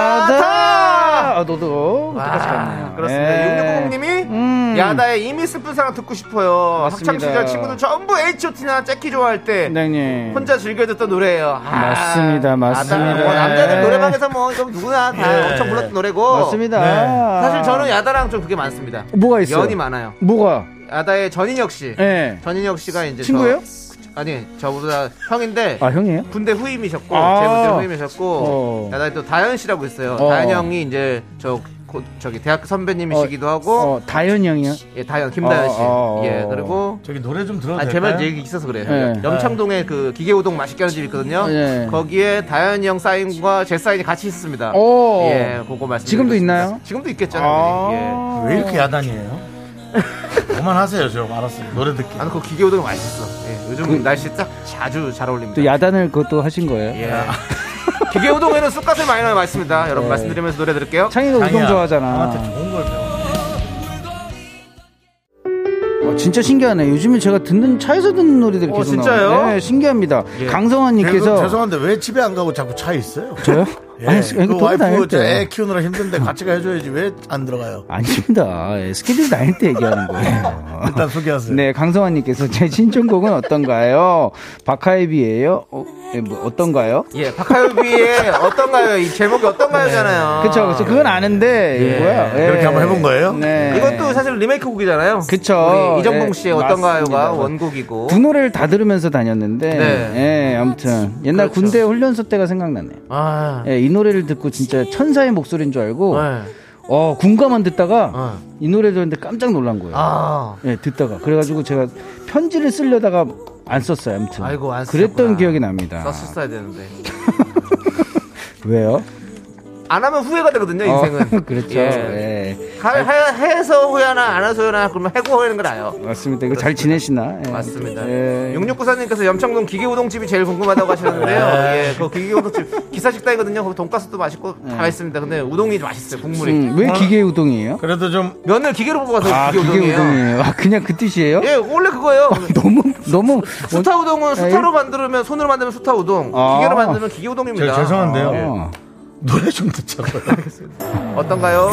S2: 야다!
S4: 아, 너도 똑같이
S2: 아,
S4: 갔네요.
S2: 그렇습니다. 6600님이
S4: 음.
S2: 야다의 이미 슬픈 사랑 듣고 싶어요.
S4: 맞습니다.
S2: 학창 시절 친구들 전부 H.O.T.나 재키 좋아할 때
S4: 팀장님.
S2: 혼자 즐겨 듣던 노래예요. 아,
S4: 맞습니다, 맞습니다. 네.
S2: 야다. 뭐 남자들 노래방에서 뭐 이건 누구나 다
S1: 예.
S2: 엄청 불렀던 노래고.
S4: 맞습니다.
S2: 네.
S4: 아.
S2: 사실 저는 야다랑 좀 그게 많습니다.
S4: 뭐가 있어요?
S2: 연이 많아요.
S4: 뭐가?
S2: 야다의 전인혁 씨.
S4: 예.
S2: 전인혁 씨가 이제
S4: 친구예요?
S2: 저- 아니 저보다 형인데
S4: 아, 형이에요?
S2: 군대 후임이셨고
S4: 아.
S2: 제 군대 후임이셨고
S4: 어.
S2: 야다에 또 다현 씨라고 있어요.
S4: 어.
S2: 다현 형이 이제 저 고- 저기 대학 선배님이시기도 하고
S4: 어, 다현 형이요?
S2: 예, 다현 김다현
S4: 어,
S2: 씨.
S4: 어, 어.
S2: 예, 그리고
S1: 저기 노래 좀 들어도
S2: 아,
S1: 될까요?
S2: 제발 얘기 있어서 그래요.
S4: 예.
S2: 염창동에 그 기계우동 맛있게 하는 집 있거든요.
S4: 예.
S2: 거기에 다현이 형 사인과 제 사인이 같이 있습니다.
S4: 오.
S2: 예, 그거 말씀.
S4: 어. 지금도 있나요? 아.
S2: 지금도 있겠죠. 당연히. 예.
S1: 왜 이렇게 야단이에요? 그만하세요, 좀 알았어요. 노래 듣게.
S2: 나는 그 기계우동 맛있어. 예, 요즘 날씨 딱 자주 잘 어울립니다.
S4: 그 또 야단을 그것도 하신 거예요?
S2: 예. 기계우동에는 쑥갓을 많이 넣어 맛있습니다.
S4: 네.
S2: 여러분 말씀드리면서 노래 들을게요.
S4: 창이가 우동
S1: 장이야,
S4: 좋아하잖아.
S1: 형한테 좋은 걸 배워.
S4: 어, 진짜 신기하네. 요즘에 제가 듣는 차에서 듣는 노래들이
S2: 어,
S4: 계속
S2: 진짜요?
S4: 나와요. 네, 신기합니다.
S2: 예.
S4: 그러니까
S1: 그래서
S4: 강성환님께서
S1: 죄송한데 왜 집에 안 가고 자꾸 차에 있어요?
S4: 저요?
S1: 예,
S4: 아니,
S1: 그
S4: 이거 돌아
S1: 와이프
S4: 다닐
S1: 저애
S4: 때.
S1: 키우느라 힘든데 같이 가줘야지 왜 안 들어가요?
S4: 아닙니다. 예, 스케줄 다닐 때 얘기하는 거예요.
S1: 일단 소개하세요.
S4: 네, 강성환님께서 제 신청곡은 어떤가요? 박하이비예요. 어, 예, 뭐 어떤가요?
S2: 예, 박하유비의 어떤가요? 이 제목이 어떤가요잖아요.
S4: 네. 그쵸, 그쵸. 그건 아는데
S2: 예.
S4: 뭐야? 예.
S1: 네. 그렇게 한번 해본 거예요?
S4: 네.
S2: 이것도 사실 리메이크 곡이잖아요.
S4: 그쵸.
S2: 우리 이정봉
S4: 예,
S2: 씨의 어떤가요가
S4: 맞습니다.
S2: 원곡이고.
S4: 두 노래를 다 들으면서 다녔는데,
S2: 네.
S4: 예, 아무튼 옛날
S2: 그렇죠.
S4: 군대 훈련소 때가 생각나네요.
S2: 아,
S4: 예, 이 노래를 듣고 진짜 천사의 목소리인 줄 알고,
S2: 네.
S4: 어 군가만 듣다가
S2: 어.
S4: 이 노래 들었는데 깜짝 놀란 거예요.
S2: 아,
S4: 예, 듣다가 그래가지고 제가 편지를 쓰려다가 안 썼어요. 아무튼
S2: 아이고, 안 쓰셨구나.
S4: 그랬던 기억이 납니다.
S2: 썼었어야 되는데.
S4: 왜요?
S2: 안 하면 후회가 되거든요,
S4: 어,
S2: 인생은.
S4: 그렇죠.
S2: 예.
S4: 예.
S2: 하, 하, 해서 후회하나, 안 해서 후회하나, 그러면 해고 후회는 걸 아요.
S4: 맞습니다. 이거 잘 지내시나? 예.
S2: 맞습니다.
S4: 예.
S2: 6694님께서 염창동 기계우동집이 제일 궁금하다고 하셨는데요.
S4: 네.
S2: 예, 그 기계우동집 기사식당이거든요. 거기 돈가스도 맛있고 다 맛있습니다. 근데 우동이 좀 맛있어요, 국물이.
S4: 음, 왜 기계 우동이에요?
S1: 그래도 좀
S2: 면을 아. 기계로 뽑아서
S4: 아 기계
S2: 기계우동이에요.
S4: 우동이에요. 아 그냥 그 뜻이에요?
S2: 예, 원래 그거예요.
S4: 너무 너무
S2: 수타 우동은 수타로 만들면 손으로 만들면 수타 우동,
S4: 아.
S2: 기계로 만들면 기계 우동입니다.
S1: 저- 죄송한데요.
S4: 어. 네.
S1: 노래 좀 듣자고요.
S2: 어떤가요?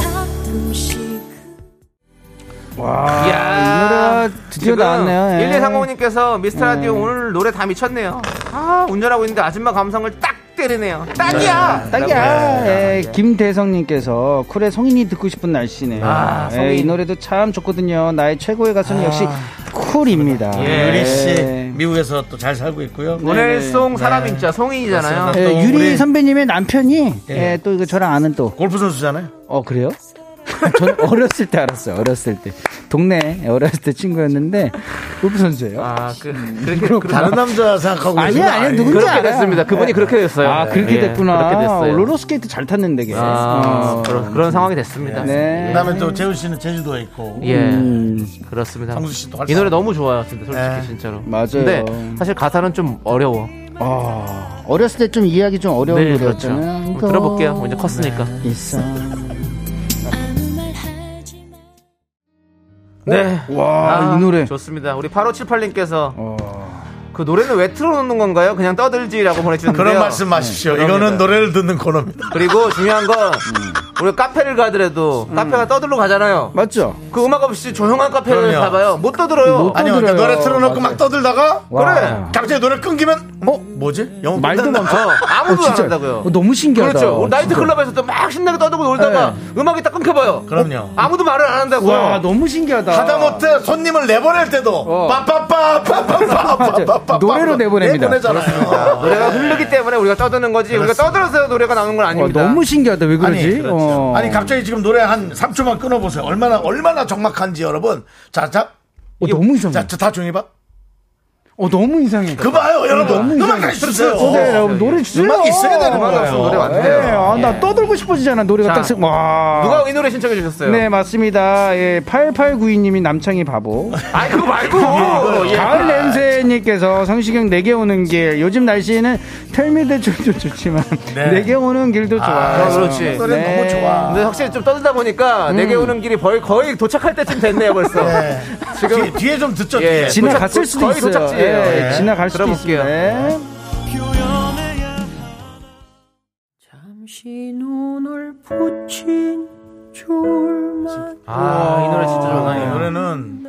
S2: 아,
S4: 와,
S2: 이야,
S4: 이 아, 노래 드디어 나왔네요. 예. 네.
S2: 1230님께서 미스터 라디오 오늘 노래 다 미쳤네요. 아, 운전하고 있는데 아줌마 감성을 딱 때리네요. 딱이야.
S4: 딱이야. 예, 김대성님께서 쿨의 성인이 듣고 싶은 날씨네요.
S2: 아,
S4: 예,
S2: 성인. 아.
S4: 이 노래도 참 좋거든요. 나의 최고의 가수는 역시 쿨입니다.
S2: 예.
S1: 유리 씨
S4: 예.
S1: 미국에서 또 잘 살고 있고요.
S2: 오늘
S4: 네네.
S2: 송 사람 진짜 성인이잖아요.
S1: 그렇습니다.
S4: 예,
S1: 또
S4: 유리
S1: 우리-
S4: 선배님의 남편이
S1: 예.
S4: 예, 또 이거 저랑 아는 또
S1: 골프 선수잖아요.
S4: 어 그래요? 아, 저는 어렸을 때 알았어요. 어렸을 때 동네 어렸을 때 친구였는데 골프 선수예요. 아,
S2: 아, 그, 그렇게, 그렇게,
S1: 다른 남자 생각하고 네.
S4: 아니야,
S1: 계시나?
S4: 아니야,
S1: 아니.
S4: 누군지
S2: 그렇게
S4: 알아요.
S2: 됐습니다. 그분이 그렇게 됐어요.
S4: 네. 아, 그렇게
S2: 예,
S4: 됐구나.
S2: 그렇게 됐어요.
S4: 롤러스케이트 잘 탔는데 걔.
S2: 아,
S4: 어.
S2: 그런, 그런 상황이 됐습니다.
S4: 네.
S1: 그다음에 또 재훈 씨는 제주도에 있고
S2: 예.
S4: 음.
S2: 그렇습니다.
S1: 장수 씨도
S2: 이
S1: 활성.
S2: 노래 너무 좋아요, 근데 솔직히
S1: 네.
S2: 진짜로.
S4: 맞아요.
S2: 근데 사실 가사는 좀 어려워.
S4: 아, 어렸을 때 좀 이해하기 좀 어려운
S2: 네, 그렇죠.
S4: 노래였잖아요.
S2: 한번
S4: 또
S2: 들어볼게요. 뭐 이제 컸으니까.
S4: 있어.
S2: 네.
S4: 와, 어, 이 노래. 어.
S2: 좋습니다. 우리 8578님께서 그 노래는 왜 틀어놓는 건가요? 그냥 떠들지라고 보내주는데요.
S1: 그런 말씀 마십시오.
S2: 네, 그럽니다.
S1: 이거는 노래를 듣는 코너입니다.
S2: 그리고 중요한 건
S4: 음.
S2: 우리 카페를 가더라도 카페가 떠들러 가잖아요.
S4: 맞죠?
S2: 그 음악 없이 조용한 카페를
S1: 그럼요.
S2: 가봐요. 못 떠들어요.
S4: 못
S1: 아니요,
S4: 떠들어요.
S1: 노래 틀어놓고 막 떠들다가
S4: 와.
S1: 갑자기 노래 끊기면 어 뭐지? 영어
S4: 말도
S1: 끝났나?
S4: 멈춰.
S2: 아무도
S4: 어,
S2: 안
S4: 진짜.
S2: 한다고요.
S4: 어, 너무 신기하다.
S2: 그렇죠. 우리 나이트
S4: 진짜. 네.
S2: 클럽에서도 막 신나게 떠들고 놀다가 음악이 딱 끊겨봐요. 어?
S1: 그럼요.
S2: 아무도 말을 안 한다고요.
S4: 와, 너무 신기하다.
S1: 하다못해 손님을 내보낼 때도
S4: 어.
S1: 빠빠빠 빠빠빠빠빠
S4: 노래로 내보냅니다.
S2: 아,
S1: 내보내잖아요.
S2: 노래가 흐르기 때문에 우리가 떠드는 거지. 우리가 떠들어서 노래가 나오는 건
S4: 어,
S2: 아닙니다.
S4: 너무 신기하다. 왜 그러지?
S1: 아니, 그렇죠.
S4: 어.
S1: 아니 갑자기 지금 노래 한 3초만 끊어보세요. 얼마나 얼마나 정막한지 여러분. 자, 자,
S4: 어, 너무 이상해.
S1: 자, 저다 조용히 봐.
S4: 어, 너무 이상해.
S1: 그 봐요, 여러분. 음악 다시 주세요.
S4: 네, 여러분, 노래 주세요.
S1: 음악 있어야 되는
S2: 어. 음악 없으면 노래 안
S1: 거예요.
S2: 돼요.
S4: 네, 아, 나
S2: 예.
S4: 떠들고 싶어지잖아. 노래가
S2: 자,
S4: 딱 쓰... 와.
S2: 누가 이 노래 신청해 주셨어요?
S4: 네, 맞습니다. 예, 8892님이 남창희 바보. 아,
S2: 아니 그거 말고 예. 아,
S4: 가을 냄새님께서 성시경 내게 오는 길 요즘 날씨에는 텔미대 춤도 좋지만
S1: 네.
S4: 내게 오는 길도 좋아요.
S2: 아, 그렇지.
S1: 노래
S4: 네.
S1: 너무 좋아.
S2: 근데 확실히 좀 떠들다 보니까 내게 오는 길이 거의, 거의 도착할 때쯤 됐네요 벌써.
S1: 네. 뒤- 뒤에 좀 듣죠.
S2: 예.
S1: 뒤에.
S4: 지나갔을
S2: 도착-
S4: 수도
S2: 거의
S4: 있어요.
S2: 도착지예요.
S4: 예,
S1: 예.
S4: 지나갈 수도
S2: 들어볼게요.
S4: 있어요. 네.
S2: 아 이 노래 진짜
S1: 아, 이
S2: 좋아요.
S1: 노래는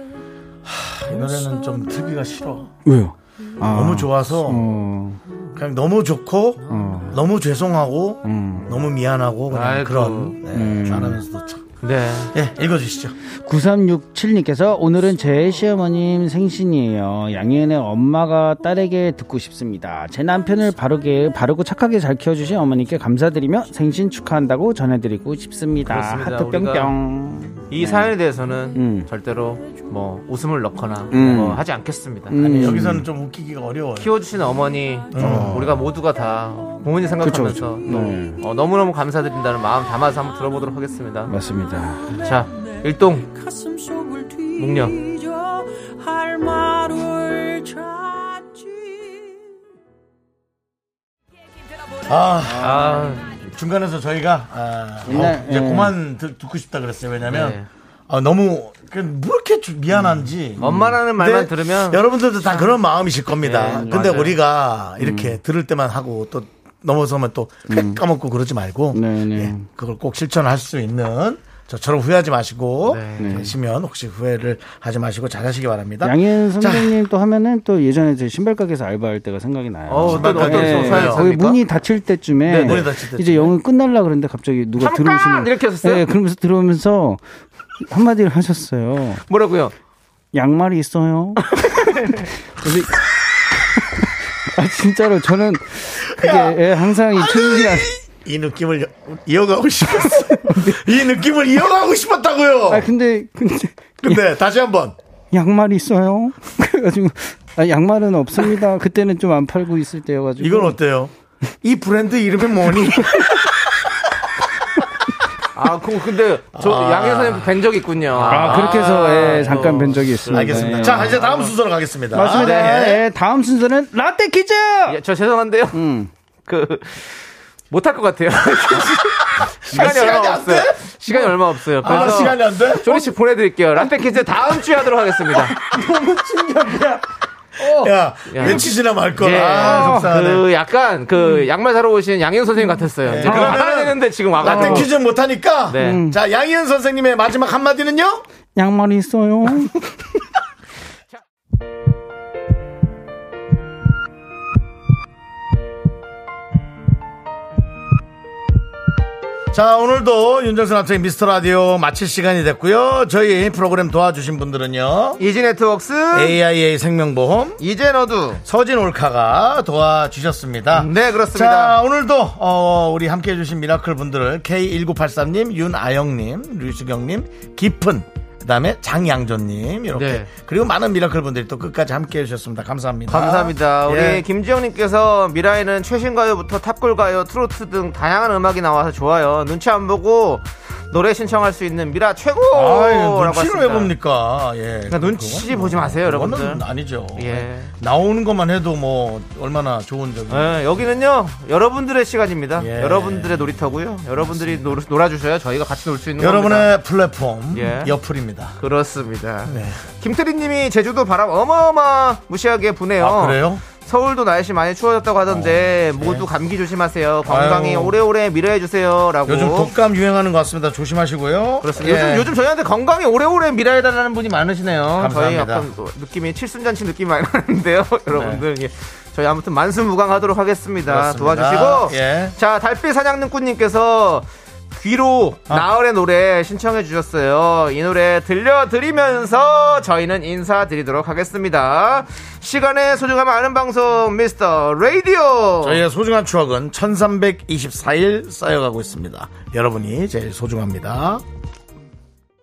S1: 하, 이 노래는 좀 듣기가 싫어.
S4: 왜요?
S1: 너무 좋아서 그냥 너무 좋고 너무 죄송하고 너무 미안하고 그냥
S2: 아이고.
S1: 그런 네, 잘하면서도 참.
S2: 네.
S1: 예, 읽어주시죠.
S4: 9367님께서 오늘은 제 시어머님 생신이에요. 양희은의 엄마가 딸에게 듣고 싶습니다. 제 남편을 바르게 바르고 착하게 잘 키워주신 어머니께 감사드리며 생신 축하한다고 전해드리고 싶습니다.
S2: 그렇습니다.
S4: 하트 뿅뿅.
S2: 이 사연에 대해서는
S4: 음.
S2: 절대로 뭐 웃음을 넣거나
S4: 음.
S2: 뭐 하지 않겠습니다.
S4: 음.
S1: 여기서는 좀 웃기기가 어려워요.
S2: 키워주신 어머니 어, 우리가 모두가 다 부모님 생각하면서 또,
S4: 네.
S2: 어, 너무너무 감사드린다는 마음 담아서 한번 들어보도록 하겠습니다.
S4: 맞습니다.
S2: 자 일동 묵녀
S1: 아,
S2: 아
S1: 중간에서 저희가 아,
S4: 옛날,
S1: 어, 이제
S4: 예.
S1: 그만 듣, 듣고 싶다 그랬어요. 왜냐면
S2: 네.
S1: 아, 너무 그뭐 이렇게 주- 미안한지.
S2: 엄마라는 음. 뭐 말만
S1: 근데
S2: 들으면
S1: 여러분들도 다 그런 마음이실 겁니다.
S2: 네,
S1: 근데
S2: 맞아요.
S1: 우리가 이렇게 들을 때만 하고 또 넘어서면 또
S2: 음.
S1: 획 까먹고 그러지 말고
S4: 네, 네.
S1: 예, 그걸 꼭 실천할 수 있는 저처럼 후회하지 마시고
S2: 네.
S1: 계시면 혹시 후회를 하지 마시고 잘하시기 바랍니다.
S4: 양현
S1: 자,
S4: 선배님 또 하면은 또 예전에 저 신발 가게에서 알바할 때가 생각이 나요.
S2: 어, 어떤 어떤
S4: 예,
S2: 사연이 있습니까?
S4: 거기 문이 닫힐 때쯤에
S1: 네, 문이 닫힐 때쯤에.
S4: 이제 영업 끝날라 그랬는데 갑자기 누가
S2: 잠깐!
S4: 들어오시는
S2: 이렇게 하셨어요?
S4: 예, 그러면서 들어오면서 한마디를 하셨어요.
S2: 뭐라고요?
S4: 양말이 있어요. 그래서 아 진짜로 저는 그게 예, 항상 이 충분한
S1: 이 느낌을 여- 이어가고 싶었어요. 이 느낌을 이어가고 싶었다고요.
S2: 그-
S4: 아 근데 근데
S1: 근데 다시 한번
S4: 양말이 있어요. 그래가지고 아, 양말은 없습니다. 그때는 좀 안 팔고 있을 때여가지고
S1: 이건 어때요? 이 브랜드 이름이 뭐니?
S2: 아, 그, 근데, 저, 양혜선님 뵌 적이 있군요.
S4: 아, 그렇게 해서 예, 잠깐
S2: 어,
S4: 뵌 적이 있습니다.
S1: 알겠습니다.
S4: 예.
S1: 자 이제
S2: 아.
S1: 다음 순서로 가겠습니다.
S4: 맞습니다.
S1: 네.
S4: 예, 다음 순서는 라떼 퀴즈.
S2: 예, 저 죄송한데요. 그, 못할 것 같아요. 시간이
S1: 시간이
S2: 얼마
S1: 안
S2: 없어요.
S1: 돼?
S2: 시간이 얼마 없어요.
S1: 아,
S2: 그래서,
S1: 시간이 안 돼?
S2: 조리씨 보내드릴게요. 라떼 퀴즈 다음 주에 하도록 하겠습니다.
S1: 야,
S2: 야.
S1: 외치지나 말 걸.
S2: 어. 예.
S1: 아, 속상하네.
S2: 그, 약간, 그, 양말 사러 오신 양현 선생님 같았어요. 이제 그거
S1: 그러면은
S2: 하야 되는데 지금
S1: 라떼
S2: 와가지고.
S1: 퀴즈 못하니까.
S2: 어. 네. 아. 음.
S1: 자, 양희은 선생님의 마지막 한마디는요?
S4: 양말이 있어요.
S1: 자, 오늘도 윤정수 남창의 미스터 라디오 마칠 시간이 됐고요. 저희 프로그램 도와주신 분들은요.
S2: 이지 네트웍스
S1: AIA 생명보험,
S2: 이젠 어두
S1: 서진 올카가 도와주셨습니다.
S2: 네, 그렇습니다.
S1: 자, 오늘도 어, 우리 함께 해주신 미라클 분들을 K1983님, 윤아영님, 류수경님, 깊은 그다음에 장양조님 이렇게
S2: 네.
S1: 그리고 많은 미라클 분들이 또 끝까지 함께 해주셨습니다. 감사합니다.
S2: 감사합니다. 우리
S1: 예.
S2: 김지영님께서 미라에는 최신 가요부터 탑골 가요, 트로트 등 다양한 음악이 나와서 좋아요. 눈치 안 보고 노래 신청할 수 있는 미라 최고라고
S1: 아유, 눈치를
S2: 하십니다.
S1: 왜 봅니까? 예.
S2: 그러니까 눈치
S1: 그건
S2: 보지 마세요,
S1: 그거는
S2: 여러분들.
S1: 아니죠. 네.
S2: 예.
S1: 나오는 것만 해도 뭐 얼마나 좋은 적이.
S2: 예, 여기는요 여러분들의 시간입니다.
S1: 예.
S2: 여러분들의 놀이터고요. 여러분들이 놀, 아주셔야 저희가 같이 놀 수 있는 겁니다.
S1: 여러분의 플랫폼
S2: 예. 어.
S1: 여풀입니다.
S2: 그렇습니다.
S1: 네.
S2: 김태리님이 제주도 바람 어마어마 무시하게 부네요.
S1: 아 그래요? 어, 네.
S2: 서울도 날씨 많이 추워졌다고 하던데 모두 감기 조심하세요. 건강히
S1: 아유.
S2: 오래오래 미래해 주세요라고.
S1: 요즘 독감 유행하는 것 같습니다. 조심하시고요.
S2: 그렇습니다.
S1: 예.
S2: 요즘, 요즘 저희한테 건강이 오래오래 미라해달라는 분이 많으시네요. 저희
S1: 감사합니다.
S2: 약간 또 느낌이 칠순잔치 느낌이 많이 나는데요, 여러분들. 예. 저희 아무튼 만수무강하도록 하겠습니다.
S1: 네. 그렇습니다.
S2: 도와주시고
S1: 예.
S2: 자 달빛 사냥꾼님께서 귀로
S1: 아.
S2: 나얼의 노래 신청해 주셨어요. 이 노래 들려드리면서 저희는 인사드리도록 하겠습니다. 시간의 소중함 아는 방송 미스터 라디오.
S1: 저희의 소중한 추억은 1324일 쌓여가고 있습니다. 여러분이 제일 소중합니다.